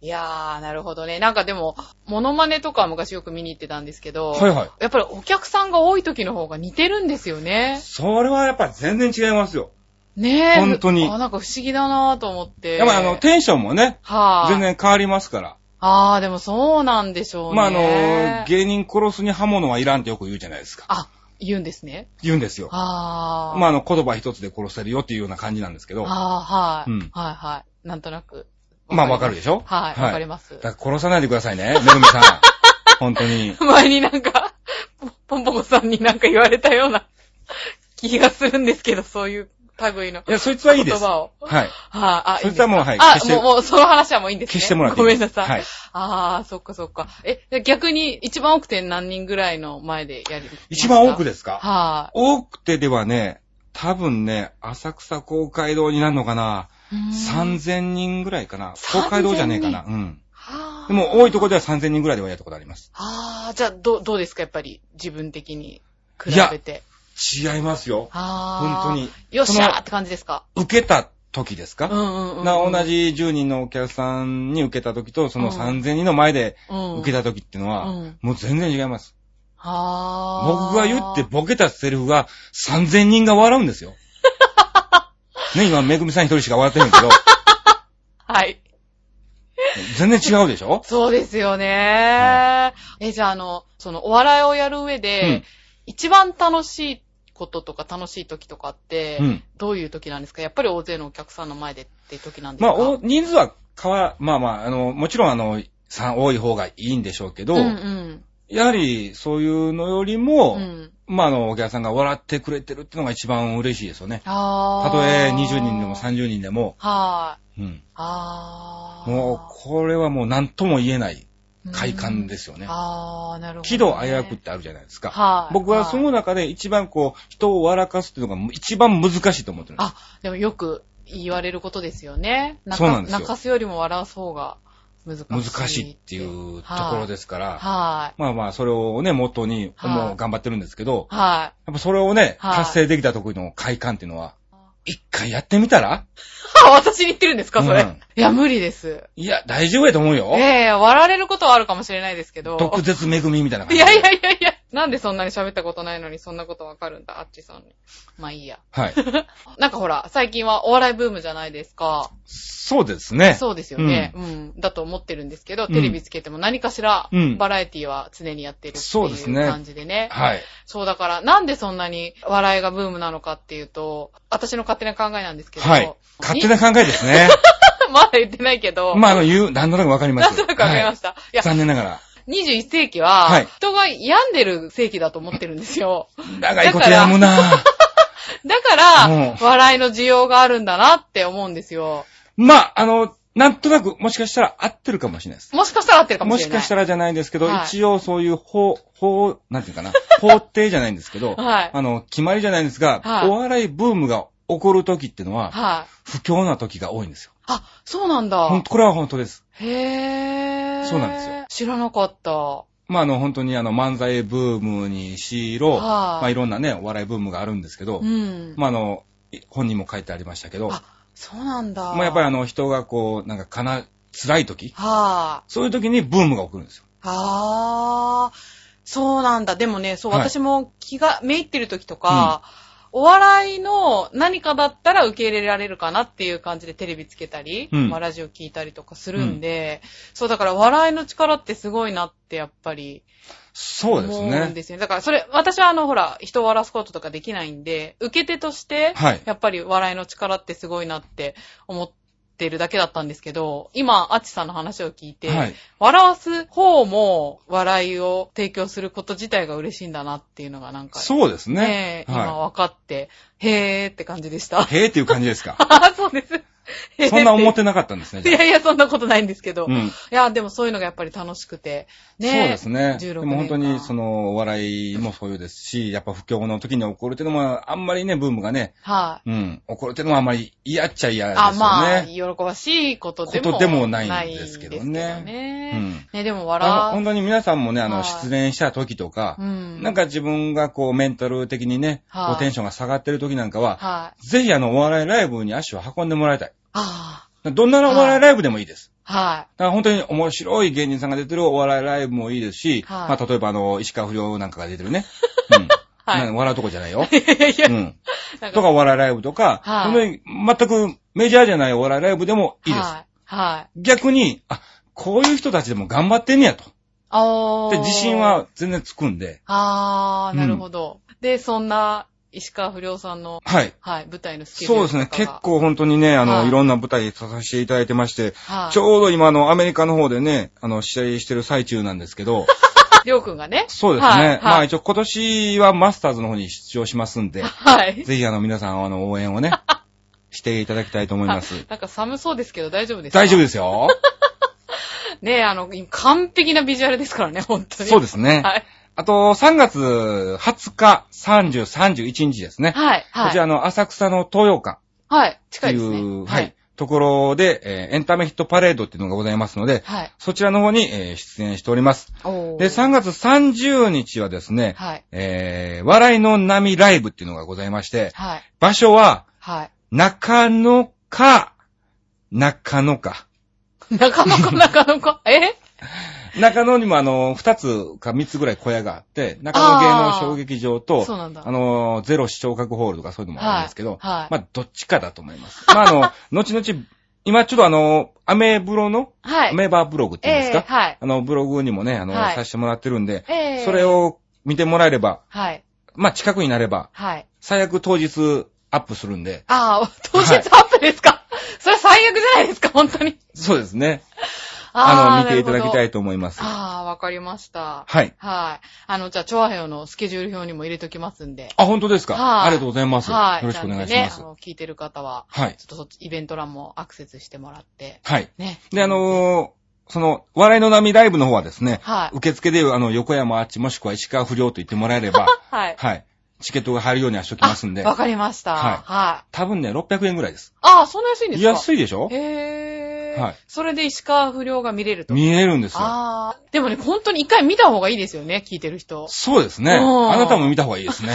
[SPEAKER 1] ー、いやー、なるほどね。なんかでも、モノマネとかは昔よく見に行ってたんですけど、
[SPEAKER 2] はいはい。
[SPEAKER 1] やっぱりお客さんが多い時の方が似てるんですよね。
[SPEAKER 2] それはやっぱ全然違いますよ。
[SPEAKER 1] ねえ。
[SPEAKER 2] 本当に
[SPEAKER 1] あ、なんか不思議だなーと思って。
[SPEAKER 2] やっぱあの、テンションもね、
[SPEAKER 1] はい、
[SPEAKER 2] 全然変わりますから。
[SPEAKER 1] ああ、でもそうなんでしょうね。
[SPEAKER 2] まあ、あの、芸人殺すに刃物はいらんってよく言うじゃないですか。
[SPEAKER 1] あ、言うんですね。
[SPEAKER 2] 言うんですよ。
[SPEAKER 1] ああ。
[SPEAKER 2] まあ、あの、言葉一つで殺せるよっていうような感じなんですけど。
[SPEAKER 1] ああ、はい。
[SPEAKER 2] うん
[SPEAKER 1] はいはい。なんとなく。
[SPEAKER 2] まあ、わかるでしょ
[SPEAKER 1] はい、わかります
[SPEAKER 2] だ。から殺さないでくださいね、めぐみさ
[SPEAKER 1] [laughs]
[SPEAKER 2] ん。本当に。
[SPEAKER 1] 前になんか、ポンポコさんになんか言われたような気がするんですけど、そういう類の
[SPEAKER 2] い
[SPEAKER 1] 言
[SPEAKER 2] や、そいつはいいです。
[SPEAKER 1] 葉
[SPEAKER 2] は
[SPEAKER 1] を。
[SPEAKER 2] い。
[SPEAKER 1] はい、あ、
[SPEAKER 2] そいつはもうはい
[SPEAKER 1] あ、
[SPEAKER 2] 消して
[SPEAKER 1] もう、もう、その話はもういいんですね。
[SPEAKER 2] 消してもらってい
[SPEAKER 1] ご
[SPEAKER 2] い
[SPEAKER 1] め
[SPEAKER 2] で
[SPEAKER 1] ん
[SPEAKER 2] す
[SPEAKER 1] なさい。
[SPEAKER 2] はい。
[SPEAKER 1] ああ、そっかそっか。え、じゃあ逆に一番多くて何人ぐらいの前でやりますか
[SPEAKER 2] 一番多くですか
[SPEAKER 1] は
[SPEAKER 2] 多くてではね、多分ね、浅草公会堂になるのかな。
[SPEAKER 1] い。うーん
[SPEAKER 2] 3000人ぐらいかな。公会堂じゃねえかな。うん。
[SPEAKER 1] はあ
[SPEAKER 2] でも多いとこでは3000人ぐらいではやったことあります。
[SPEAKER 1] ああ、じゃあ、どう、どうですかやっぱり、自分的に比
[SPEAKER 2] いや
[SPEAKER 1] べて。
[SPEAKER 2] 違いますよ。
[SPEAKER 1] ああ。
[SPEAKER 2] 本当。に。
[SPEAKER 1] よっしゃ
[SPEAKER 2] そ
[SPEAKER 1] ー
[SPEAKER 2] の
[SPEAKER 1] って感じですか
[SPEAKER 2] 受けた時です
[SPEAKER 1] うん
[SPEAKER 2] か、
[SPEAKER 1] うんうん。
[SPEAKER 2] な同。じ10人のお客さんに受けた時と、その
[SPEAKER 1] うん
[SPEAKER 2] 3000人の前で
[SPEAKER 1] うん。
[SPEAKER 2] 受けた時っていうのは、
[SPEAKER 1] うん
[SPEAKER 2] もう全然違います。
[SPEAKER 1] ああ。
[SPEAKER 2] 僕が言ってボケたセリフが3000人が笑うんで
[SPEAKER 1] [laughs]
[SPEAKER 2] すよ。ね、今、めぐみさん一人しか笑ってへんけど、
[SPEAKER 1] はい。
[SPEAKER 2] 全然違うでしょ
[SPEAKER 1] そうですよねー。え、じゃあ、あの、その、お笑いをやる上で、
[SPEAKER 2] うん
[SPEAKER 1] 一番楽しいこととか楽しい時とかって、
[SPEAKER 2] うん
[SPEAKER 1] どういう時なんですかやっぱり大勢のお客さんの前でって時なんです
[SPEAKER 2] ま
[SPEAKER 1] か
[SPEAKER 2] あ、お人数は変わ、まあまあ、あの、もちろんあの、さ多い方がいいんでしょうけど、
[SPEAKER 1] うんうん。
[SPEAKER 2] やはりそういうのよりも、
[SPEAKER 1] うん。
[SPEAKER 2] まああの、お客さんが笑ってくれてるっていうのが一番嬉しいですよね。
[SPEAKER 1] ああ。
[SPEAKER 2] たとえ20人でも30人でも、
[SPEAKER 1] はい。
[SPEAKER 2] うん。
[SPEAKER 1] あー。
[SPEAKER 2] もう、これはもう何とも言えない快感ですすよ
[SPEAKER 1] ね
[SPEAKER 2] ね。
[SPEAKER 1] あー、なるほど、ね。
[SPEAKER 2] 喜怒哀楽ってあるじゃないですか。
[SPEAKER 1] はい
[SPEAKER 2] 僕はその中で一番こう、人を笑かすっていうのが一番難しいと思ってるんです。
[SPEAKER 1] あ、でもよく言われることですよね。泣か
[SPEAKER 2] そうなんですよ
[SPEAKER 1] 泣かすよりも笑わす方が難しい。。
[SPEAKER 2] 難しいっていうところですすから、
[SPEAKER 1] はい。
[SPEAKER 2] まあまあ、それをね、元に、
[SPEAKER 1] はい
[SPEAKER 2] もう頑張ってるんですけど、
[SPEAKER 1] は
[SPEAKER 2] やっぱそれをね、
[SPEAKER 1] はい
[SPEAKER 2] 達成できた時の快感っていうのは、一回やってみたら
[SPEAKER 1] い。あ、 [laughs] 私に言ってるんですかそれ。
[SPEAKER 2] うん
[SPEAKER 1] いや、無理です。
[SPEAKER 2] いや、大丈夫やと思うよ。
[SPEAKER 1] ええ笑われることはあるかもしれないですけど。
[SPEAKER 2] 毒舌恵みみたいな
[SPEAKER 1] [laughs]
[SPEAKER 2] 感
[SPEAKER 1] い
[SPEAKER 2] じで。
[SPEAKER 1] やいやいやいや。なんでそんなに喋ったことないのにそんなことわかるんだ、あっちさんに。まあいいや。
[SPEAKER 2] はい。
[SPEAKER 1] なんかほら、最近はお笑いブームじゃないですか。
[SPEAKER 2] そうですね。
[SPEAKER 1] そうですよね、うん。だと思ってるんですけど、テレビつけても何かしら
[SPEAKER 2] うん、
[SPEAKER 1] バラエティは常にやってるって
[SPEAKER 2] そうです
[SPEAKER 1] いう
[SPEAKER 2] ね
[SPEAKER 1] 感じでね。
[SPEAKER 2] はい。
[SPEAKER 1] そうだから、なんでそんなに笑いがブームなのかっていうと、私の勝手な考えなんですけど、
[SPEAKER 2] はい。勝手な考えですね。
[SPEAKER 1] まだ言ってない [laughs] けど、
[SPEAKER 2] まあ、あの、言う、なんとなくわかりま
[SPEAKER 1] なん
[SPEAKER 2] す。
[SPEAKER 1] となくわかりま
[SPEAKER 2] し
[SPEAKER 1] した。い、
[SPEAKER 2] た
[SPEAKER 1] や、
[SPEAKER 2] 残念ながら。
[SPEAKER 1] 21世紀は、
[SPEAKER 2] はい
[SPEAKER 1] 人が病んでる世紀だと思ってるんですよ。
[SPEAKER 2] 長いことやむな
[SPEAKER 1] だから、
[SPEAKER 2] うん
[SPEAKER 1] 笑いの需要があるんだなって思うんですよ。
[SPEAKER 2] まあ、あの、なんとなく、もしかしたら合ってるかもしれないです。
[SPEAKER 1] もしかしたら合ってるかも
[SPEAKER 2] も
[SPEAKER 1] しれ
[SPEAKER 2] し
[SPEAKER 1] ない。
[SPEAKER 2] かしたらじゃないですけど、
[SPEAKER 1] はい
[SPEAKER 2] 一応そういう法、法、なんていう
[SPEAKER 1] [laughs]
[SPEAKER 2] かな、法定じゃないんですけど、
[SPEAKER 1] はい
[SPEAKER 2] あの、決まりじゃないんですが、
[SPEAKER 1] はい
[SPEAKER 2] お笑いブームが起こる時ってのは、
[SPEAKER 1] はい、
[SPEAKER 2] 不況な時が多いんですよ。
[SPEAKER 1] あ、そうなんだ。
[SPEAKER 2] ほんとこれは本当です。
[SPEAKER 1] へぇー。
[SPEAKER 2] そうなんですよ。
[SPEAKER 1] 知らなかった。
[SPEAKER 2] まあ、あの、本当にあの、漫才ブームにしろ、
[SPEAKER 1] はい
[SPEAKER 2] まあ、いろんなね、お笑いブームがあるんですけど、
[SPEAKER 1] うん。
[SPEAKER 2] まあ、あの、い本人も書いてありましたけど、
[SPEAKER 1] あそうなんだ。
[SPEAKER 2] まあ、やっぱり
[SPEAKER 1] は
[SPEAKER 2] あ
[SPEAKER 1] い、
[SPEAKER 2] の、人がこう、なんか、かな、辛い時、
[SPEAKER 1] あ。
[SPEAKER 2] そういう時にブームが起こるんですよ。
[SPEAKER 1] あー、そうなんだ。でもね、そう、
[SPEAKER 2] はい
[SPEAKER 1] 私も気が、めいってる時とか、お笑いの何かだったら受け入れられるかなっていう感じでテレビつけたり、
[SPEAKER 2] うん
[SPEAKER 1] まあラジオ聞いたりとかするんで、そうだから笑いの力ってすごいなってやっぱり
[SPEAKER 2] そう
[SPEAKER 1] 思
[SPEAKER 2] です
[SPEAKER 1] うん
[SPEAKER 2] ね。
[SPEAKER 1] ですよね。だからそれ、私はあのほら、人を笑わすこととかできないんで、受け手として、
[SPEAKER 2] はい
[SPEAKER 1] やっぱり笑いの力ってすごいなって思ってるだけだったんですけど、今、アチさんの話を聞いて、
[SPEAKER 2] はい。
[SPEAKER 1] 笑わす方も笑いを提供すること自体が嬉しいんだなっていうのがなんか、
[SPEAKER 2] そうですね
[SPEAKER 1] ね。え今分かって、へーって感じでした。
[SPEAKER 2] へーっていう感じで
[SPEAKER 1] [laughs]
[SPEAKER 2] すか。
[SPEAKER 1] あそうです。へー
[SPEAKER 2] そんな思っててなかったんですね。
[SPEAKER 1] い
[SPEAKER 2] じゃあ
[SPEAKER 1] やいや、そんなことないんですけど。
[SPEAKER 2] う
[SPEAKER 1] い
[SPEAKER 2] ん。
[SPEAKER 1] や、でもそういうのがやっぱり楽しくて。 [laughs] ねえ
[SPEAKER 2] そうですね。で
[SPEAKER 1] 16
[SPEAKER 2] も本当
[SPEAKER 1] 年
[SPEAKER 2] に、
[SPEAKER 1] 間
[SPEAKER 2] その、お笑いもそうですし、やっぱ不況の時に起こるっていうのも、あんまりね、ブームがね、
[SPEAKER 1] はい、
[SPEAKER 2] うん、起こるっていうのもあんまり嫌っちゃ嫌です
[SPEAKER 1] あ、
[SPEAKER 2] よ
[SPEAKER 1] まあ、
[SPEAKER 2] ね。
[SPEAKER 1] 喜ばしいことでも。
[SPEAKER 2] ことでもないんですけどね
[SPEAKER 1] ないですけどね
[SPEAKER 2] うん
[SPEAKER 1] ねでも
[SPEAKER 2] あの
[SPEAKER 1] 笑
[SPEAKER 2] 本当に皆さんもね、あ
[SPEAKER 1] は
[SPEAKER 2] の、
[SPEAKER 1] い
[SPEAKER 2] 失恋した時とか
[SPEAKER 1] う。う、ん。
[SPEAKER 2] なんか自分がこう、メンタル的にね、
[SPEAKER 1] はい
[SPEAKER 2] こうテンションが下がってる時なんかは、
[SPEAKER 1] はい、
[SPEAKER 2] ぜひあの、お笑いライブに足を運んでもらいたい。
[SPEAKER 1] あ
[SPEAKER 2] どんなお笑いライブでもいいです。
[SPEAKER 1] あ、はい、
[SPEAKER 2] だから本当に面白い芸人さんが出てるお笑いライブもいいですし、
[SPEAKER 1] はい
[SPEAKER 2] まあ例えばあの、石川不良なんかが出てるね。うん。
[SPEAKER 1] [laughs] はい
[SPEAKER 2] な笑うとこじゃないよ。
[SPEAKER 1] [laughs] いやいや
[SPEAKER 2] う、ん。
[SPEAKER 1] なん
[SPEAKER 2] とかお笑いライブとか、
[SPEAKER 1] はい
[SPEAKER 2] 本当に全くメジャーじゃないお笑いライブでもいいです。
[SPEAKER 1] はい、はい。
[SPEAKER 2] 逆に、あ、こういう人たちでも頑張ってんねやと。
[SPEAKER 1] ああ。
[SPEAKER 2] で、自信。は全然つくんで。
[SPEAKER 1] あー、なるほど。で、そんな、石川不良さんの、
[SPEAKER 2] はい。
[SPEAKER 1] はい、舞台のスケジュ
[SPEAKER 2] そ
[SPEAKER 1] ー
[SPEAKER 2] う
[SPEAKER 1] ル
[SPEAKER 2] ですね。
[SPEAKER 1] とかが
[SPEAKER 2] 結。構本当にね、あの、
[SPEAKER 1] はい
[SPEAKER 2] い、ろんな舞台に立たせていただいてまして、
[SPEAKER 1] はい。
[SPEAKER 2] ちょうど今あの、アメリカの方でね、あの、試合してる最中なんですけど、
[SPEAKER 1] りょうくんがね。
[SPEAKER 2] そうですね。
[SPEAKER 1] はいはい
[SPEAKER 2] まあ一応今年はマスターズの方に出場しますんで、
[SPEAKER 1] はい。
[SPEAKER 2] ぜひあの皆さんあの応援を
[SPEAKER 1] [laughs]
[SPEAKER 2] ね、していただきたいと思います。
[SPEAKER 1] なんか寒そうですけど大丈夫ですか
[SPEAKER 2] 大丈夫
[SPEAKER 1] 夫
[SPEAKER 2] ですよ。
[SPEAKER 1] ねえ、あの、完璧なビジュアルですからね、本当に。
[SPEAKER 2] そうですね。
[SPEAKER 1] はい。
[SPEAKER 2] あと、3月20日、30、31日ですね。
[SPEAKER 1] はい。はい。
[SPEAKER 2] こちらの浅草の東洋館
[SPEAKER 1] はい。
[SPEAKER 2] と
[SPEAKER 1] 近
[SPEAKER 2] い
[SPEAKER 1] いです
[SPEAKER 2] う、
[SPEAKER 1] ね。
[SPEAKER 2] はい、。ところで、えーエンタメヒットパレードっていうのがございますので、
[SPEAKER 1] はい。
[SPEAKER 2] そちらの方に、えー出演しております。
[SPEAKER 1] おー
[SPEAKER 2] で、3月30日はですね、
[SPEAKER 1] はい。
[SPEAKER 2] えー笑いの波ライブっていうのがございまして、
[SPEAKER 1] はい。
[SPEAKER 2] 場所は、
[SPEAKER 1] はい。
[SPEAKER 2] 中野か、中野か。
[SPEAKER 1] 中野か中野か、え
[SPEAKER 2] 中野にもあの、二つか三つぐらい小屋があって、中野芸能小劇場と、
[SPEAKER 1] そうなんだ。
[SPEAKER 2] あの、ゼロ視聴覚ホールとかそういうのもあるんですけ
[SPEAKER 1] は
[SPEAKER 2] ど、
[SPEAKER 1] いはい
[SPEAKER 2] まあ、どっちかだと思います。まあ、あの、 [laughs] 後々、今ちょっとあの、アメブロの、
[SPEAKER 1] は
[SPEAKER 2] ア
[SPEAKER 1] い。
[SPEAKER 2] メーバーブログっていうんです
[SPEAKER 1] ええ
[SPEAKER 2] か、
[SPEAKER 1] はい。
[SPEAKER 2] あの、ブログにもね、あの、
[SPEAKER 1] はい
[SPEAKER 2] させてもらってるんで、
[SPEAKER 1] ええ
[SPEAKER 2] それ。を見てもらえれば、
[SPEAKER 1] はい。
[SPEAKER 2] まあ、近くになれば、
[SPEAKER 1] はい。
[SPEAKER 2] 最悪当日アップするんで、
[SPEAKER 1] ああ、当日アップですか、 [laughs] それ最悪じゃないですか、本当に。
[SPEAKER 2] そうですね。
[SPEAKER 1] ー
[SPEAKER 2] あの、見ていただき
[SPEAKER 1] な
[SPEAKER 2] た。
[SPEAKER 1] る
[SPEAKER 2] いと思います
[SPEAKER 1] ほど。ああ、わかりました。
[SPEAKER 2] はい。
[SPEAKER 1] はい。あの、じゃあ、チョアヘヨのスケジュール表にも入れときますんで。
[SPEAKER 2] あ、本当ですか、
[SPEAKER 1] はい
[SPEAKER 2] ありがとうございます。
[SPEAKER 1] はい。
[SPEAKER 2] よろしくお願
[SPEAKER 1] な
[SPEAKER 2] いし
[SPEAKER 1] んで
[SPEAKER 2] ます。
[SPEAKER 1] ね、あの、聞いてる方は、
[SPEAKER 2] はい。
[SPEAKER 1] ちょっとそっち、イベント欄もアクセスしてもらって。
[SPEAKER 2] はい。
[SPEAKER 1] ね。
[SPEAKER 2] で、あのーその、笑いの波ライブの方はですね、
[SPEAKER 1] はい
[SPEAKER 2] 受付で、あの、横山あっちもしくは石川不良と言ってもらえ
[SPEAKER 1] [laughs]
[SPEAKER 2] れば、
[SPEAKER 1] はい。
[SPEAKER 2] はい。チケットが入るようにはしとき
[SPEAKER 1] あ
[SPEAKER 2] ますんで
[SPEAKER 1] わ、かりました。
[SPEAKER 2] はい
[SPEAKER 1] はい。
[SPEAKER 2] 多分ね、600円ぐらいです。
[SPEAKER 1] ああ、そんな安いんですか
[SPEAKER 2] 安
[SPEAKER 1] い。
[SPEAKER 2] いでしょ
[SPEAKER 1] へー。
[SPEAKER 2] はい
[SPEAKER 1] それで石川不良が見れると。
[SPEAKER 2] 見えるんですよ。
[SPEAKER 1] ああ。でもね、本当に一回見た方がいいですよね、聞いてる人。
[SPEAKER 2] そうですね。
[SPEAKER 1] おー [laughs]
[SPEAKER 2] あなたも見た方がいいですね。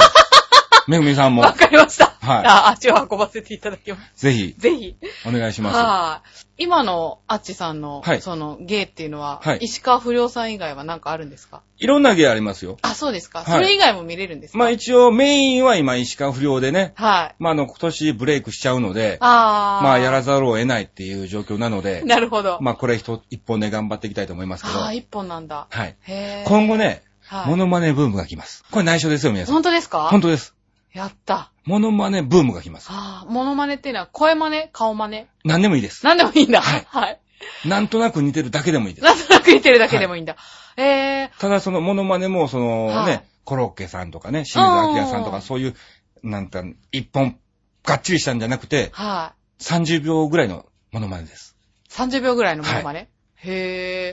[SPEAKER 2] めぐみさんも、
[SPEAKER 1] わかりました。
[SPEAKER 2] はい
[SPEAKER 1] じゃあ、足を運ばせていただきます。
[SPEAKER 2] ぜひ、
[SPEAKER 1] ぜひ。
[SPEAKER 2] お願いしま
[SPEAKER 1] はい。今のアッチさんの、
[SPEAKER 2] はい
[SPEAKER 1] その芸っていうのは、
[SPEAKER 2] はい
[SPEAKER 1] 石川不良さん以外は何かあるんですか
[SPEAKER 2] す。いろんな芸ありますよ。
[SPEAKER 1] あ、そうですか。
[SPEAKER 2] はい
[SPEAKER 1] それ以外も見れるんですか、
[SPEAKER 2] まあ一応メインは今石川不良でね、
[SPEAKER 1] はい。
[SPEAKER 2] まああの今年ブレイクしちゃうので、
[SPEAKER 1] あー。
[SPEAKER 2] まあやらざるを得ないっていう状況なので、
[SPEAKER 1] なるほど。
[SPEAKER 2] まあこれ一一本で頑張っていきたいと思いますけど、
[SPEAKER 1] あ
[SPEAKER 2] は
[SPEAKER 1] あ、
[SPEAKER 2] い。
[SPEAKER 1] 一本なんだ。へぇ
[SPEAKER 2] 今後ね、
[SPEAKER 1] はい
[SPEAKER 2] モノマネブームが来ます。これ内緒ですよ皆さん。
[SPEAKER 1] 本当ですか
[SPEAKER 2] 本当です。
[SPEAKER 1] やった。
[SPEAKER 2] モノマネブームが来ます。
[SPEAKER 1] ああ、モノマネっていうのは声真似顔真似
[SPEAKER 2] 何でもいいです。
[SPEAKER 1] なんでもいいんだ。は。
[SPEAKER 2] はいいなんとなく似てるだけでもいいです。
[SPEAKER 1] なんとなく言ってるだけでもいいんだ。え
[SPEAKER 2] ただそのモノマネも、そのね、
[SPEAKER 1] はい
[SPEAKER 2] コロッケさんとかね、清水明さん
[SPEAKER 1] うん
[SPEAKER 2] とかそういう、なんか、一本、がっちりしたんじゃなくて
[SPEAKER 1] ー、、はい。
[SPEAKER 2] 30秒ぐらいのモノマネです。
[SPEAKER 1] 30秒ぐらいのモノマネ、へ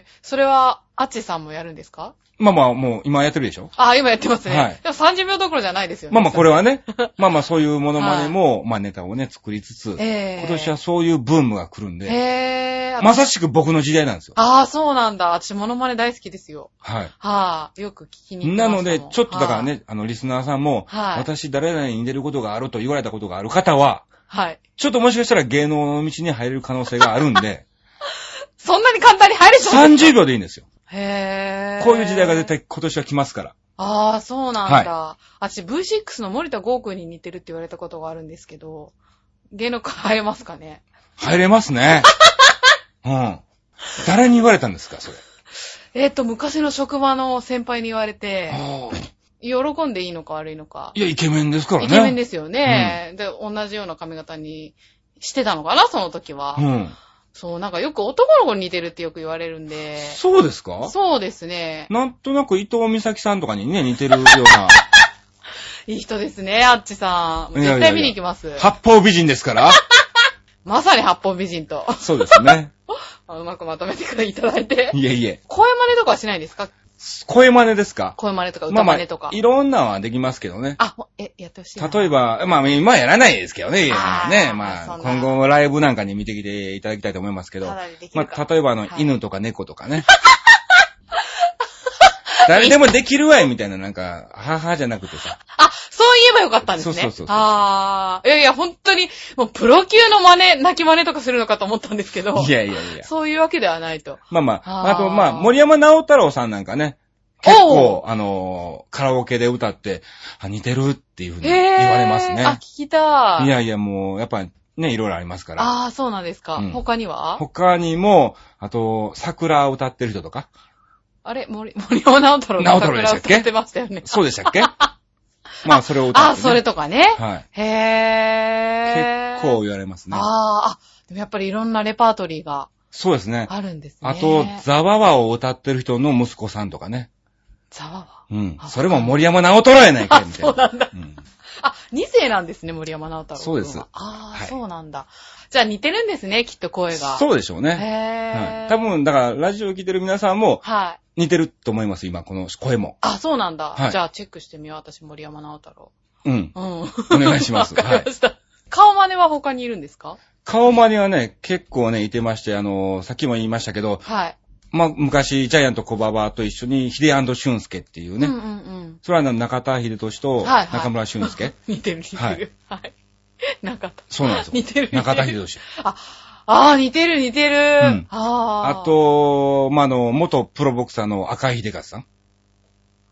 [SPEAKER 1] え。それは、アッチさんもやるんですか
[SPEAKER 2] まあまあ、もう今やってるでしょ
[SPEAKER 1] ああ、今やってますね。
[SPEAKER 2] はい
[SPEAKER 1] でも30秒どころじゃないですよね。
[SPEAKER 2] まあまあ、これ
[SPEAKER 1] は。
[SPEAKER 2] は
[SPEAKER 1] [laughs]
[SPEAKER 2] ね、まあまあ、そういうモノマネも、まあネタをね、作りつつ、
[SPEAKER 1] ええ
[SPEAKER 2] 今年はそういうブームが来るんで、
[SPEAKER 1] へえ。
[SPEAKER 2] まさしく僕の時代なんですよ。
[SPEAKER 1] ああ、そうなんだ。私、モノマネ大好きですよ。
[SPEAKER 2] はい。
[SPEAKER 1] はい、よく聞きに行きま
[SPEAKER 2] な
[SPEAKER 1] したも
[SPEAKER 2] の
[SPEAKER 1] ん
[SPEAKER 2] で、ちょっとだから。ね、あの、リスナーさんも、
[SPEAKER 1] はい
[SPEAKER 2] 私、誰々に出ることがあると言われたことがある方は、
[SPEAKER 1] はい。はい
[SPEAKER 2] ちょっともしかしたら芸能の道に入れる可能性があるん
[SPEAKER 1] [laughs]
[SPEAKER 2] で、
[SPEAKER 1] そんなに簡単に入れちゃうんですか
[SPEAKER 2] 30秒でいいんですよ。
[SPEAKER 1] へえ。
[SPEAKER 2] こういう時代が絶。対今年は来ますから。
[SPEAKER 1] ああ、そうなんだ。私、V6 の森田剛君に似てるって言われたことがあるんですけど、芸能界入れますかね
[SPEAKER 2] 入れま
[SPEAKER 1] [laughs]
[SPEAKER 2] すね。うん。誰に言われたんですか、それ。
[SPEAKER 1] えっ、と、昔の職場の先輩に言われて、
[SPEAKER 2] ああ
[SPEAKER 1] 喜んでいいのか悪いのか。
[SPEAKER 2] いや、イケメンですからね。
[SPEAKER 1] イケメンですよね、で、同じような髪型にしてたのかな、その時は。
[SPEAKER 2] うん。
[SPEAKER 1] そう、なんかよく男の子に似てるってよく言われるんで。
[SPEAKER 2] そうですか
[SPEAKER 1] そうですね。
[SPEAKER 2] なんとなく伊藤美咲さんとかにね、似てるような、
[SPEAKER 1] いい人ですね、あっちさん。もう絶
[SPEAKER 2] いやいやい
[SPEAKER 1] 対
[SPEAKER 2] や
[SPEAKER 1] 見に行きます。
[SPEAKER 2] 八方美人ですから。
[SPEAKER 1] まさに八方美人と。 [laughs]
[SPEAKER 2] そうですね。
[SPEAKER 1] あうまくまとめていただいて。
[SPEAKER 2] [laughs] いえいえ。
[SPEAKER 1] 声真似とかはしないですか
[SPEAKER 2] 声真似ですか
[SPEAKER 1] 声真似とか
[SPEAKER 2] ま
[SPEAKER 1] 歌
[SPEAKER 2] あま
[SPEAKER 1] 真
[SPEAKER 2] あ
[SPEAKER 1] 似とか。、
[SPEAKER 2] いろんなのはできますけどね。
[SPEAKER 1] あ、え、やってほしいな。
[SPEAKER 2] 例えば、まあ、今はやらないですけどね。
[SPEAKER 1] あー
[SPEAKER 2] ね、ま
[SPEAKER 1] そん
[SPEAKER 2] あ、
[SPEAKER 1] な
[SPEAKER 2] 今後もライブなんかに見てきていただきたいと思いますけど。
[SPEAKER 1] ただでできる
[SPEAKER 2] ま
[SPEAKER 1] か。
[SPEAKER 2] あ、例えばあの、
[SPEAKER 1] はい
[SPEAKER 2] 犬とか猫と
[SPEAKER 1] [laughs]
[SPEAKER 2] かね。誰でもできるわいみたいな、なんか、母じゃなくてさ。
[SPEAKER 1] あ、そう言えばよかったんですね。
[SPEAKER 2] そうそうそうそう
[SPEAKER 1] あー。いやいや、本当に、もうプロ級の真似、泣き真似とかするのかと思ったんですけど。
[SPEAKER 2] いやいやいや。
[SPEAKER 1] そういうわけではないと。
[SPEAKER 2] まあまあ、
[SPEAKER 1] あー
[SPEAKER 2] あとまあ、森山直太朗さんなんかね、結構、あのーカラオケで歌って、あ、似てるっていうふうに
[SPEAKER 1] へ
[SPEAKER 2] 言
[SPEAKER 1] え。
[SPEAKER 2] われますね。
[SPEAKER 1] あ、聞きたい。
[SPEAKER 2] いやいや、もう、やっぱね、いろいろありますから。
[SPEAKER 1] あー、そうなんですか。
[SPEAKER 2] うん
[SPEAKER 1] 他には
[SPEAKER 2] 他にも、あと、桜を歌ってる人とか。
[SPEAKER 1] あれ森、森尾直太郎が
[SPEAKER 2] 直太朗でし
[SPEAKER 1] 桜
[SPEAKER 2] た
[SPEAKER 1] を
[SPEAKER 2] っけ
[SPEAKER 1] 歌ってましたよね。
[SPEAKER 2] そうで
[SPEAKER 1] [laughs]
[SPEAKER 2] したっけまあ、それを歌って、ね。
[SPEAKER 1] あ、それとかね。
[SPEAKER 2] はい。
[SPEAKER 1] へえ。
[SPEAKER 2] 結構言われますね
[SPEAKER 1] あ。あ、あ、でもやっぱりいろんなレパートリーが
[SPEAKER 2] そうですね。
[SPEAKER 1] あるんですね。
[SPEAKER 2] あと、ザワワを歌ってる人の息子さんとかね。
[SPEAKER 1] ざわわ。
[SPEAKER 2] うん。それも森山直太朗やないかい、みたいな。
[SPEAKER 1] あそうなんだ
[SPEAKER 2] うん
[SPEAKER 1] あ、二世なんですね、森山直太郎君は。
[SPEAKER 2] そうです
[SPEAKER 1] ああ、
[SPEAKER 2] はい
[SPEAKER 1] そうなんだ。じゃあ似てるんですね、きっと声が。う。
[SPEAKER 2] そうでしょうね。
[SPEAKER 1] へ
[SPEAKER 2] は
[SPEAKER 1] ぇ
[SPEAKER 2] い。多。分、だから、ラジオ聞いてる皆さんも
[SPEAKER 1] はい。
[SPEAKER 2] 似てると思います、今、この声も。
[SPEAKER 1] あ、そうなんだ。
[SPEAKER 2] はい
[SPEAKER 1] じゃあチェックしてみよう、私、森山直太郎。
[SPEAKER 2] うん。
[SPEAKER 1] うん。お
[SPEAKER 2] 願いします
[SPEAKER 1] わかりました。顔真似は他にいるんですか
[SPEAKER 2] 顔真似はね、結構ね、いてまして、あのーさっきも言いましたけど、
[SPEAKER 1] はい。
[SPEAKER 2] まあ、昔、ジャイアント小馬場と一緒に、ヒデ俊介っていうね、
[SPEAKER 1] うんうんうん。
[SPEAKER 2] それはあの中田秀俊と
[SPEAKER 1] はいはい
[SPEAKER 2] 中村俊介。
[SPEAKER 1] [laughs] 似てる、似てる。はい。中田。
[SPEAKER 2] そうなんです
[SPEAKER 1] [laughs]
[SPEAKER 2] よ。
[SPEAKER 1] 似てる似てる
[SPEAKER 2] 中田秀俊。
[SPEAKER 1] ああ、似てる、似てる。
[SPEAKER 2] ん
[SPEAKER 1] ああ。
[SPEAKER 2] あ、と、まあ、あの、元プロボクサーの赤井秀和さん。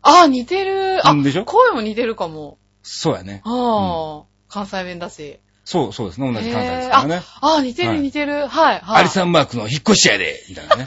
[SPEAKER 1] ああ、似てる。あ、
[SPEAKER 2] うんでしょ
[SPEAKER 1] 声も似てるかも。
[SPEAKER 2] そうやね。
[SPEAKER 1] ああ、関西弁だし。
[SPEAKER 2] そう、そうですね。同じ関西です
[SPEAKER 1] へー
[SPEAKER 2] からね。
[SPEAKER 1] ああ、似て
[SPEAKER 2] は
[SPEAKER 1] る
[SPEAKER 2] い
[SPEAKER 1] 似てる。はい、はい。
[SPEAKER 2] アリサンマークの引っ越しやでみた
[SPEAKER 1] [laughs]
[SPEAKER 2] いなね。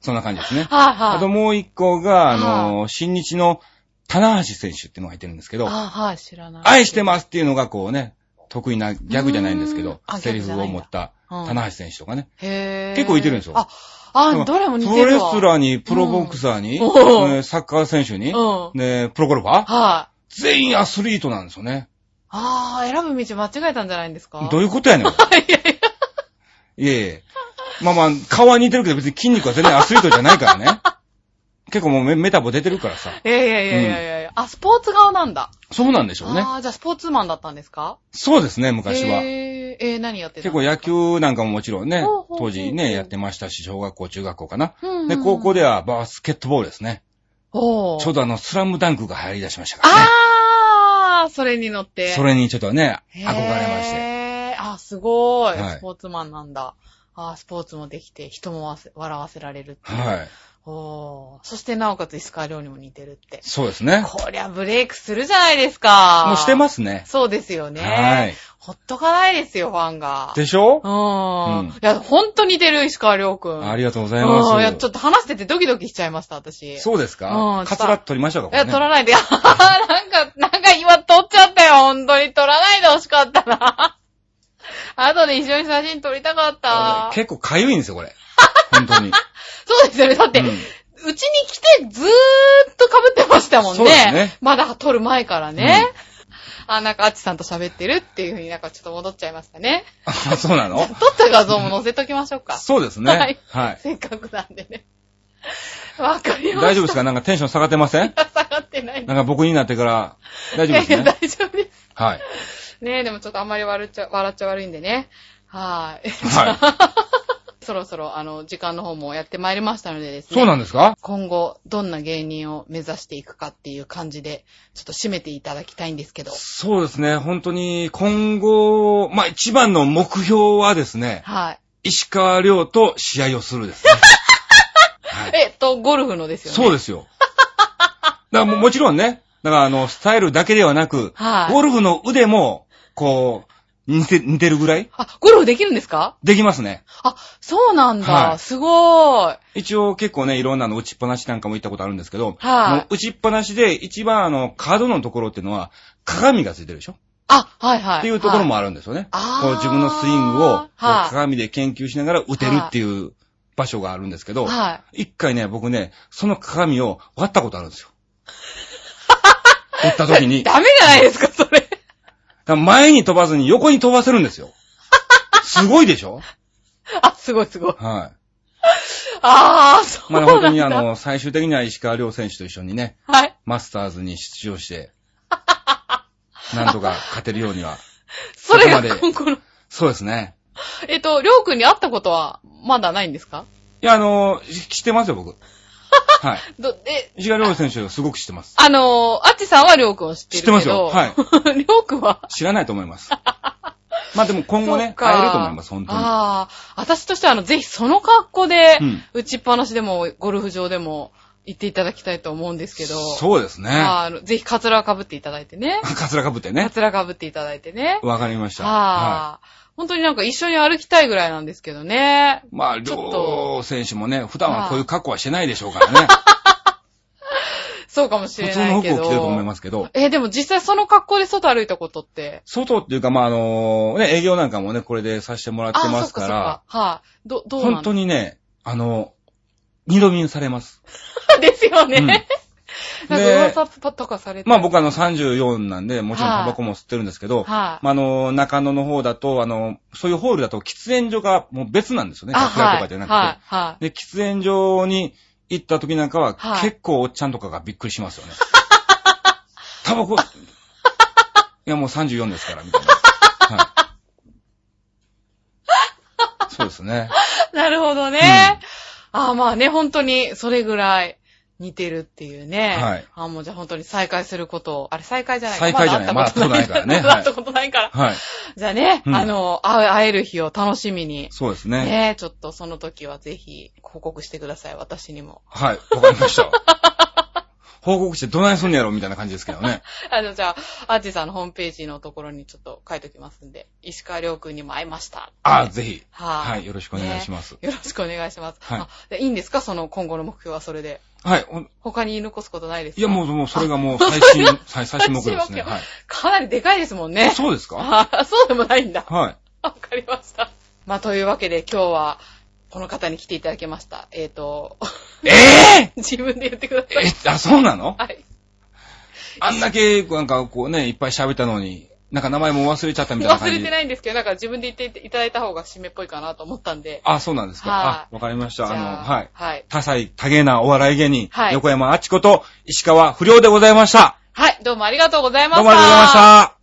[SPEAKER 2] そんな感じですね。
[SPEAKER 1] はい、
[SPEAKER 2] あ
[SPEAKER 1] は
[SPEAKER 2] と
[SPEAKER 1] い。
[SPEAKER 2] もう一個が、あの、新日の棚橋選手っていうのがいてるんですけど、
[SPEAKER 1] あはい、知らない。。
[SPEAKER 2] 愛してますすっていうのがこうね、得意なギャグじゃないんですけ
[SPEAKER 1] うーん
[SPEAKER 2] ど
[SPEAKER 1] あ、
[SPEAKER 2] セリフを持った
[SPEAKER 1] うん
[SPEAKER 2] 棚橋選手とかね。
[SPEAKER 1] へー
[SPEAKER 2] 結構似てるんですよ
[SPEAKER 1] あ、あ、
[SPEAKER 2] だから
[SPEAKER 1] どれも
[SPEAKER 2] プ
[SPEAKER 1] 似て
[SPEAKER 2] ロレ
[SPEAKER 1] るわ。
[SPEAKER 2] スラーに、プロボクサーに、
[SPEAKER 1] うんおー
[SPEAKER 2] ねサッカー選手に、
[SPEAKER 1] うん。
[SPEAKER 2] ねプロゴルファー
[SPEAKER 1] はい。
[SPEAKER 2] 全員アスリートなんですよね。
[SPEAKER 1] ああ、選ぶ道間違えたんじゃないんですか
[SPEAKER 2] ど
[SPEAKER 1] [laughs]
[SPEAKER 2] う
[SPEAKER 1] いう
[SPEAKER 2] いうことやねん。いえいえ。まあまあ、顔は似てるけど別に筋肉は全然アスリートじゃないから
[SPEAKER 1] [laughs]
[SPEAKER 2] ね。結構もうメメタボ出てるからさ。
[SPEAKER 1] いやいやいやいやいやいや、あ、スポーツ顔なんだ。
[SPEAKER 2] そうなんでしょうね。
[SPEAKER 1] ああ、じゃあスポーツマンだったんですか
[SPEAKER 2] そうですね、昔は。
[SPEAKER 1] へーえー、何やってた
[SPEAKER 2] 結
[SPEAKER 1] んで
[SPEAKER 2] 構
[SPEAKER 1] すか
[SPEAKER 2] 野、球なんかももちろんね
[SPEAKER 1] ほうほうほう、
[SPEAKER 2] 当時ね、やってましたし、小学校、中学校かな。
[SPEAKER 1] うんうんうん
[SPEAKER 2] で、高校で、はバスケットボールですね。
[SPEAKER 1] おー
[SPEAKER 2] ちょうどあの、スラムダンクが流行り出しましたからね。
[SPEAKER 1] ああ、それに乗って。
[SPEAKER 2] それにちょっとね、
[SPEAKER 1] へー、
[SPEAKER 2] 憧れまして。
[SPEAKER 1] て。あ、すごい。
[SPEAKER 2] はい
[SPEAKER 1] スポーツマンなんだ。あ、スポーツもできて、人もわせ笑わせられるっていう。
[SPEAKER 2] はい。
[SPEAKER 1] おーそしてなおかつ石川遼にも似てるって。
[SPEAKER 2] そうですね。
[SPEAKER 1] こりゃブレイクするじゃないですか。。
[SPEAKER 2] もうしてますすね。
[SPEAKER 1] そうですよね。
[SPEAKER 2] はい。
[SPEAKER 1] ほっとかないですよ、ファンが。
[SPEAKER 2] でしょ
[SPEAKER 1] うー
[SPEAKER 2] うん
[SPEAKER 1] ん。いや、ほんと似てる、石川遼くん。
[SPEAKER 2] あ
[SPEAKER 1] り
[SPEAKER 2] りがとうございます。
[SPEAKER 1] いや、ちょっと話しててドキドキしちゃいました、私。
[SPEAKER 2] そうです
[SPEAKER 1] う
[SPEAKER 2] か
[SPEAKER 1] ん
[SPEAKER 2] カツラ取りましょうか、こ
[SPEAKER 1] い
[SPEAKER 2] れ
[SPEAKER 1] や、
[SPEAKER 2] ね
[SPEAKER 1] 取らないで。あ [laughs] ははなんか、なんか今撮っちゃったよ。ほんとに撮らないでほしかったな。 [laughs] 後で一緒に写真撮りたかった。
[SPEAKER 2] 結構かゆいんですよ、これ。
[SPEAKER 1] [laughs]
[SPEAKER 2] 本当に。
[SPEAKER 1] そうですよね。だって、
[SPEAKER 2] う
[SPEAKER 1] うんちに来てずーっと被ってましたもんね。
[SPEAKER 2] そうですね
[SPEAKER 1] まだ撮る前からね。あ、なんかあっちさんと喋ってるっていう風になんかちょっと戻っちゃいましたね。
[SPEAKER 2] あ、そうなの
[SPEAKER 1] 撮った画像も載せときましょう
[SPEAKER 2] [laughs]
[SPEAKER 1] か。
[SPEAKER 2] そうですね。は
[SPEAKER 1] はいい。
[SPEAKER 2] はい。
[SPEAKER 1] せっかくなんでね。わかりました。
[SPEAKER 2] 大丈夫ですかなんかテンション下がってま
[SPEAKER 1] [laughs]
[SPEAKER 2] せん
[SPEAKER 1] 下がってない。
[SPEAKER 2] なんか僕になってから、大
[SPEAKER 1] い
[SPEAKER 2] 丈
[SPEAKER 1] やい
[SPEAKER 2] 夫です
[SPEAKER 1] や、
[SPEAKER 2] ね。
[SPEAKER 1] 大丈夫です。
[SPEAKER 2] はい。
[SPEAKER 1] ねえ、でもちょっとあんまり笑っちゃ、笑っちゃ悪いんでね。はーい。 [laughs]
[SPEAKER 2] は
[SPEAKER 1] そろそろ、あの、時間の方もやってまいりましたのでです
[SPEAKER 2] い。
[SPEAKER 1] ね。
[SPEAKER 2] そうなんですか
[SPEAKER 1] 今後、どんな芸人を目指していくかっていう感じで、ちょっと締めていただきたいんですけど。
[SPEAKER 2] そうですね。本当に、今後、まあ一番の目標はですね、
[SPEAKER 1] はい。
[SPEAKER 2] 石川亮と試合をするですね。はい。
[SPEAKER 1] えっと、ゴルフのですよね。
[SPEAKER 2] そう
[SPEAKER 1] で
[SPEAKER 2] ですよ。だからももちろんね、だからあの、スタイルだけではなく、
[SPEAKER 1] はい
[SPEAKER 2] ゴルフの腕も、こう、似て、似てるぐらい
[SPEAKER 1] あ、ゴルフできるんですか
[SPEAKER 2] できますね。
[SPEAKER 1] あ、そうなんだ。
[SPEAKER 2] はい
[SPEAKER 1] すごーい。
[SPEAKER 2] 一応結構ね、いろんなの打ちっぱなしなんかも行ったことあるんですけど、
[SPEAKER 1] はい
[SPEAKER 2] もう打ちっぱなしで一番あの、カードのところっていうのは、鏡がついてるでしょ、
[SPEAKER 1] あ、はいはい。
[SPEAKER 2] っていうところもあるんですよね。
[SPEAKER 1] あー
[SPEAKER 2] こう自分のスイングをこう
[SPEAKER 1] はい
[SPEAKER 2] 鏡で研究しながら打てるっていう場所があるんですけど、
[SPEAKER 1] は
[SPEAKER 2] 一回ね、僕ね、その鏡を割ったことあるんですよ。 [laughs] 打った時に。だか
[SPEAKER 1] ダメじゃないですか、それ。
[SPEAKER 2] ら前に飛ばずに横に飛ばせるん
[SPEAKER 1] [laughs]
[SPEAKER 2] ですよ。すごいでしょ
[SPEAKER 1] あ、すごいすごい。
[SPEAKER 2] はい。
[SPEAKER 1] あー、そう
[SPEAKER 2] ま
[SPEAKER 1] なん
[SPEAKER 2] あ
[SPEAKER 1] だ。
[SPEAKER 2] 本当にあの、最終的には石川遼選手と一緒にね、
[SPEAKER 1] はい。
[SPEAKER 2] マスターズに出
[SPEAKER 1] [laughs]
[SPEAKER 2] 場して、なんとか勝てるようには。
[SPEAKER 1] それ
[SPEAKER 2] そこま
[SPEAKER 1] が
[SPEAKER 2] で
[SPEAKER 1] 今後の、
[SPEAKER 2] そうですね。
[SPEAKER 1] えっと、りょうくんに会ったことはまだないんですか
[SPEAKER 2] いや、あの、し知ってますよ、
[SPEAKER 1] [laughs]
[SPEAKER 2] 僕。はい。
[SPEAKER 1] ど、え、
[SPEAKER 2] 石川遼選手をすごく知ってます。
[SPEAKER 1] あのー、あっちさんはりょうくんを知ってるけど。
[SPEAKER 2] 知ってます
[SPEAKER 1] よ。はい。 [laughs] りょうくんは
[SPEAKER 2] 知らないと思
[SPEAKER 1] [laughs]
[SPEAKER 2] います。まあでも今後
[SPEAKER 1] そ
[SPEAKER 2] ね
[SPEAKER 1] っ、か
[SPEAKER 2] 会えると思います、本当に。は
[SPEAKER 1] ああ、私としては、あの、ぜひその格好で、
[SPEAKER 2] うん
[SPEAKER 1] 打ちっぱなしでも、ゴルフ場でも、行っていただきたいと思うんですけど。う
[SPEAKER 2] そうですね。
[SPEAKER 1] あのぜひ、カツラを被っていただいてね。
[SPEAKER 2] カツラかぶって
[SPEAKER 1] カ
[SPEAKER 2] ね。
[SPEAKER 1] ツラ被っていただいてね。
[SPEAKER 2] わかりました。は
[SPEAKER 1] ああ、本当になんか一緒に歩きたいぐらいなんですけどね。
[SPEAKER 2] い。まあ、
[SPEAKER 1] ちょっ
[SPEAKER 2] 両
[SPEAKER 1] と
[SPEAKER 2] 選手もね、普段はこういう格好はしてないでしょうからね。
[SPEAKER 1] そうかもし
[SPEAKER 2] 普
[SPEAKER 1] れ
[SPEAKER 2] 通の
[SPEAKER 1] ない
[SPEAKER 2] 服を
[SPEAKER 1] けど。
[SPEAKER 2] 着てると思いますけど。
[SPEAKER 1] え、でも実際その格好で外歩いたことって。
[SPEAKER 2] 外っていうか、まあ、あの、ね、営業なんかもね、これでさせてもらって
[SPEAKER 1] あ、
[SPEAKER 2] ま
[SPEAKER 1] そっ
[SPEAKER 2] す
[SPEAKER 1] か
[SPEAKER 2] か
[SPEAKER 1] そっ
[SPEAKER 2] ら
[SPEAKER 1] か。、はい。ど、どうなの
[SPEAKER 2] 本当にね、あの、二度見されます。
[SPEAKER 1] ですよね。
[SPEAKER 2] うん
[SPEAKER 1] [laughs] なんか
[SPEAKER 2] で
[SPEAKER 1] 噂パとかされて。
[SPEAKER 2] まあ僕あの34なんで、もちろん
[SPEAKER 1] はい
[SPEAKER 2] タバコも吸ってるんですけ
[SPEAKER 1] は
[SPEAKER 2] ど、
[SPEAKER 1] い
[SPEAKER 2] まああの、中野の方だと、あの、そういうホールだと喫煙所がもう別なんですよね。
[SPEAKER 1] あ、
[SPEAKER 2] 楽屋
[SPEAKER 1] はい。
[SPEAKER 2] とかじゃなくて。
[SPEAKER 1] はい。はい。
[SPEAKER 2] で、喫煙所に行った時なんかは、
[SPEAKER 1] はい
[SPEAKER 2] 結構おっちゃんとかがびっくりしま
[SPEAKER 1] [laughs]
[SPEAKER 2] すよね。タバコ、いやもう34ですから、みたいな。はい、そうですね。
[SPEAKER 1] なるほどね。ああ、まあね、本当に、それぐらい似てるっていうね。
[SPEAKER 2] はい
[SPEAKER 1] ああ、もうじゃあ本当に再会することを、あれ再会じゃない
[SPEAKER 2] 再会じゃない
[SPEAKER 1] まだ会ったことない
[SPEAKER 2] まだ会ったことないからね
[SPEAKER 1] [laughs] まだ会ったことないから。
[SPEAKER 2] はい。
[SPEAKER 1] じゃあね、
[SPEAKER 2] うん
[SPEAKER 1] あの、会う会える日を楽しみに。
[SPEAKER 2] そうですね
[SPEAKER 1] ねえ、ちょっとその時はぜひ、報告してください、私にも。
[SPEAKER 2] はい、わかりました。報告してどないすんねやろみたいな感じですけどね。
[SPEAKER 1] [laughs] あの、じゃあ、アーチさんのホームページのところにちょっと書いときますんで、石川亮君にも会いました。
[SPEAKER 2] ああ、ぜひ。
[SPEAKER 1] はい
[SPEAKER 2] はいよろしくお願いします
[SPEAKER 1] ねよろしくお願いします。
[SPEAKER 2] はい
[SPEAKER 1] あでいいんですかその今後の目標はそれで。
[SPEAKER 2] はい。ほん
[SPEAKER 1] 他に言い残すことないですか
[SPEAKER 2] いや、もう、もう、それがもう
[SPEAKER 1] あ
[SPEAKER 2] 最
[SPEAKER 1] [laughs]
[SPEAKER 2] 新、最最新目標です
[SPEAKER 1] 最新目
[SPEAKER 2] ね。
[SPEAKER 1] 標
[SPEAKER 2] はい。
[SPEAKER 1] かなりでかいですもんね。
[SPEAKER 2] そうですか
[SPEAKER 1] あーそうでもないんだ。
[SPEAKER 2] はい。
[SPEAKER 1] わかりました。まあ、というわけで今日は、この方に来ていただきました。えっ、ー、と、 [laughs]
[SPEAKER 2] え
[SPEAKER 1] 自分で言ってください。
[SPEAKER 2] えあ、そうなの
[SPEAKER 1] はい。
[SPEAKER 2] あんだけ、なんかこうね、いっぱい喋ったのに、なんか名前も忘れちゃったみたいな
[SPEAKER 1] 忘
[SPEAKER 2] 感じ。
[SPEAKER 1] れてないんですけど、なんか自分で言っていただいた方が締めっぽいかなと思ったんで。
[SPEAKER 2] あ、そうなんです
[SPEAKER 1] は
[SPEAKER 2] か。あ、わかりました。あ
[SPEAKER 1] じゃ
[SPEAKER 2] の、はい。
[SPEAKER 1] はい。
[SPEAKER 2] 多彩多芸なお笑い芸人、
[SPEAKER 1] はい
[SPEAKER 2] 横山あちこと石川不良でございました。
[SPEAKER 1] はい、どうもありがとうございました。
[SPEAKER 2] どうもありがとうございました。